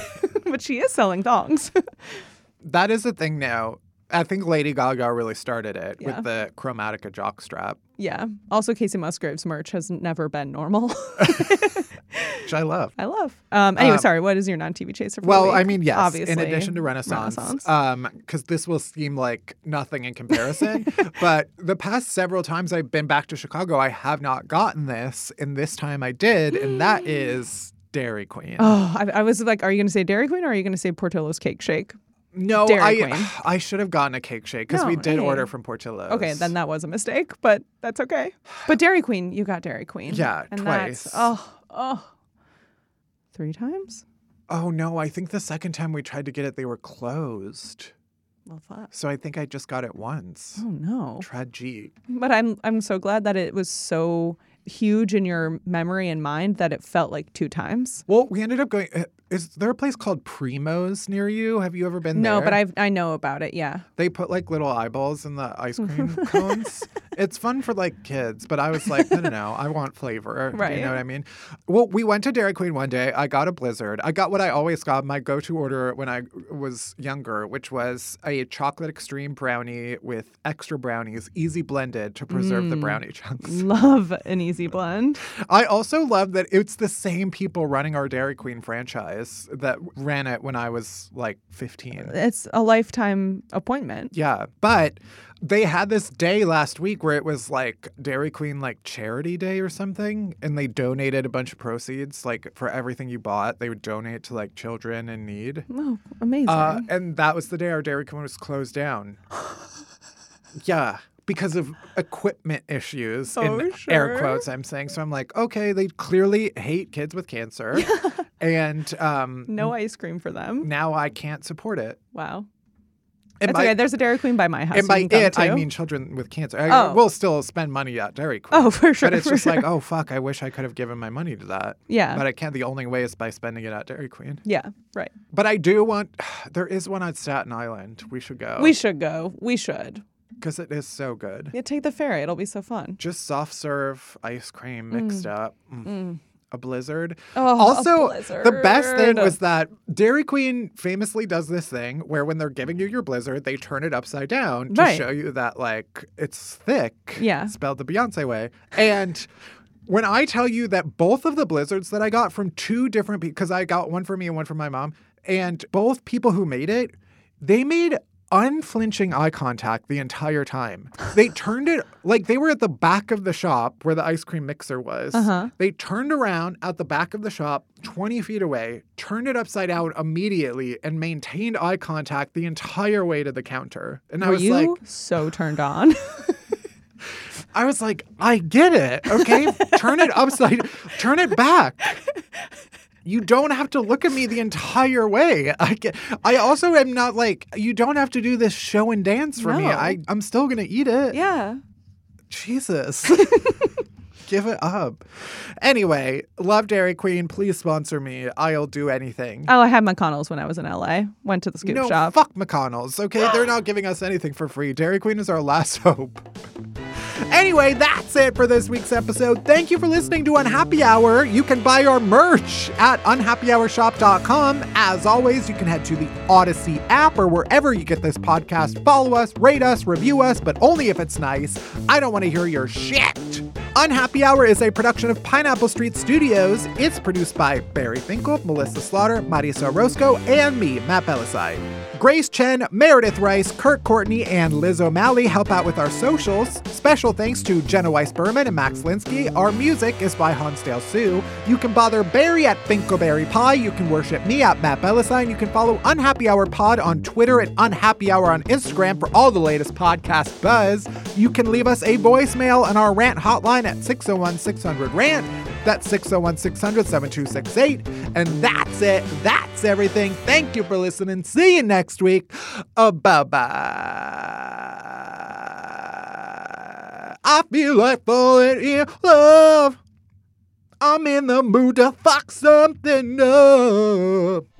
B: but she is selling thongs.
A: that is the thing now. I think Lady Gaga really started it
B: Yeah.
A: with the Chromatica jockstrap,
B: yeah. Also, Casey Musgraves merch has never been normal.
A: which I love.
B: I love. Um, anyway,
A: Um,
B: sorry. What is your non-TV chaser? For the
A: Well,
B: week?
A: I mean, yes.
B: Obviously,
A: in addition to Renaissance, Uh, because
B: Renaissance.
A: this will seem like nothing in comparison, but the past several times I've been back to Chicago, I have not gotten this, and this time I did, and that is Dairy Queen.
B: Oh, I, I was like, are you going to say Dairy Queen or are you going to say Portillo's Cake Shake?
A: no,
B: Dairy
A: I
B: Queen.
A: I should have gotten a cake shake because we
B: No,
A: did
B: hey.
A: order from Portillo's.
B: Okay, then that was a mistake, but that's okay. But Dairy Queen, you got Dairy Queen.
A: Yeah,
B: and
A: twice.
B: That's, oh, oh, three times.
A: Oh no, I think the second time we tried to get it, they were closed.
B: Well, fuck.
A: So I think I just got it once.
B: Oh no.
A: Tragic.
B: But I'm I'm so glad that it was so huge in your memory and mind that it felt like two times.
A: Well, we ended up going. uh, Is there a place called Primo's near you? Have you ever been there?
B: No, but I have I know about it. Yeah.
A: They put like little eyeballs in the ice cream cones. It's fun for like kids, but I was like, no, no, no, I want flavor. You
B: Right.
A: know what I mean? Well, we went to Dairy Queen one day. I got a blizzard. I got what I always got, my go to order when I was younger, which was a chocolate extreme brownie with extra brownies, easy blended to preserve the
B: Mm.
A: brownie chunks.
B: Love an easy blend.
A: I also love that it's the same people running our Dairy Queen franchise that ran it when I was like 15.
B: It's a lifetime appointment.
A: Yeah, but they had this day last week where it was like Dairy Queen like charity day or something and they donated a bunch of proceeds like for everything you bought, they would donate to like children in need.
B: Oh, amazing.
A: Uh, and that was the day our Dairy Queen was closed down. yeah, because of equipment issues. in
B: Oh,
A: air
B: sure.
A: quotes, I'm saying. So I'm like, okay, they clearly hate kids with cancer, and um,
B: no ice cream for them.
A: now I can't support it.
B: Wow.
A: And
B: That's
A: by,
B: okay. There's a Dairy Queen by my house.
A: and by
B: you can come
A: it, I
B: to.
A: mean children with cancer. I
B: Oh.
A: will still spend money at Dairy Queen.
B: Oh, for sure,
A: But it's
B: for
A: just like,
B: sure.
A: oh fuck, I wish I could have given my money to that.
B: Yeah.
A: But I can't. The only way is by spending it at Dairy Queen.
B: Yeah, right.
A: But I do want. There is one on Staten Island. We should go.
B: We should go. We should.
A: because it is so good.
B: Yeah, take the ferry. It'll be so fun.
A: Just soft serve ice cream mixed up. Mm. A blizzard.
B: Oh, a
A: also, the best thing
B: blizzard.
A: was that Dairy Queen famously does this thing where when they're giving you your blizzard, they turn it upside down to
B: Right.
A: show you that like it's thick.
B: Yeah.
A: Spelled the Beyonce way. And when I tell you that both of the blizzards that I got from two different people, because I got one for me and one for my mom, and both people who made it, they made unflinching eye contact the entire time. They turned it like they were at the back of the shop where the ice cream mixer was.
B: Uh-huh.
A: They turned around at the back of the shop, 20 feet away, turned it upside down immediately, and maintained eye contact the entire way to the counter. And I
B: Were
A: was
B: you
A: like,
B: so turned on?
A: I was like, I get it. Okay. turn it upside, turn it back. You don't have to look at me the entire way. I get, I also am not like, you don't have to do this show and dance for me.
B: No.
A: I, I'm still going to eat it.
B: yeah.
A: Jesus. Give it up. Anyway, love Dairy Queen. Please sponsor me. I'll do anything.
B: Oh, I had McConnell's when I was in LA. Went to the scoop
A: no,
B: shop.
A: fuck McConnell's. Okay, they're not giving us anything for free. Dairy Queen is our last hope. Anyway, that's it for this week's episode. Thank you for listening to Unhappy Hour. You can buy our merch at unhappyhourshop.com. As always, you can head to the Odyssey app or wherever you get this podcast. Follow us, rate us, review us, but only if it's nice. I don't want to hear your shit. Unhappy Hour is a production of Pineapple Street Studios. It's produced by Barry Finkel, Melissa Slaughter, Marisa Orozco, and me, Matt Belisai. Grace Chen, Meredith Rice, Kurt Courtney, and Liz O'Malley help out with our socials. Special thanks to Jenna Weiss Berman and Max Linsky. Our music is by Hansdale Sue. You can bother Barry at Finkelberry Pie. You can worship me at Matt Belisai. You can follow Unhappy Hour Pod on Twitter and Unhappy Hour on Instagram for all the latest podcast buzz. You can leave us a voicemail on our rant hotline at 601 600 RANT. That's 601 600 7268. And that's it. That's everything. Thank you for listening. See you next week. Uh, bye bye. I feel like falling in love. I'm in the mood to fuck something up.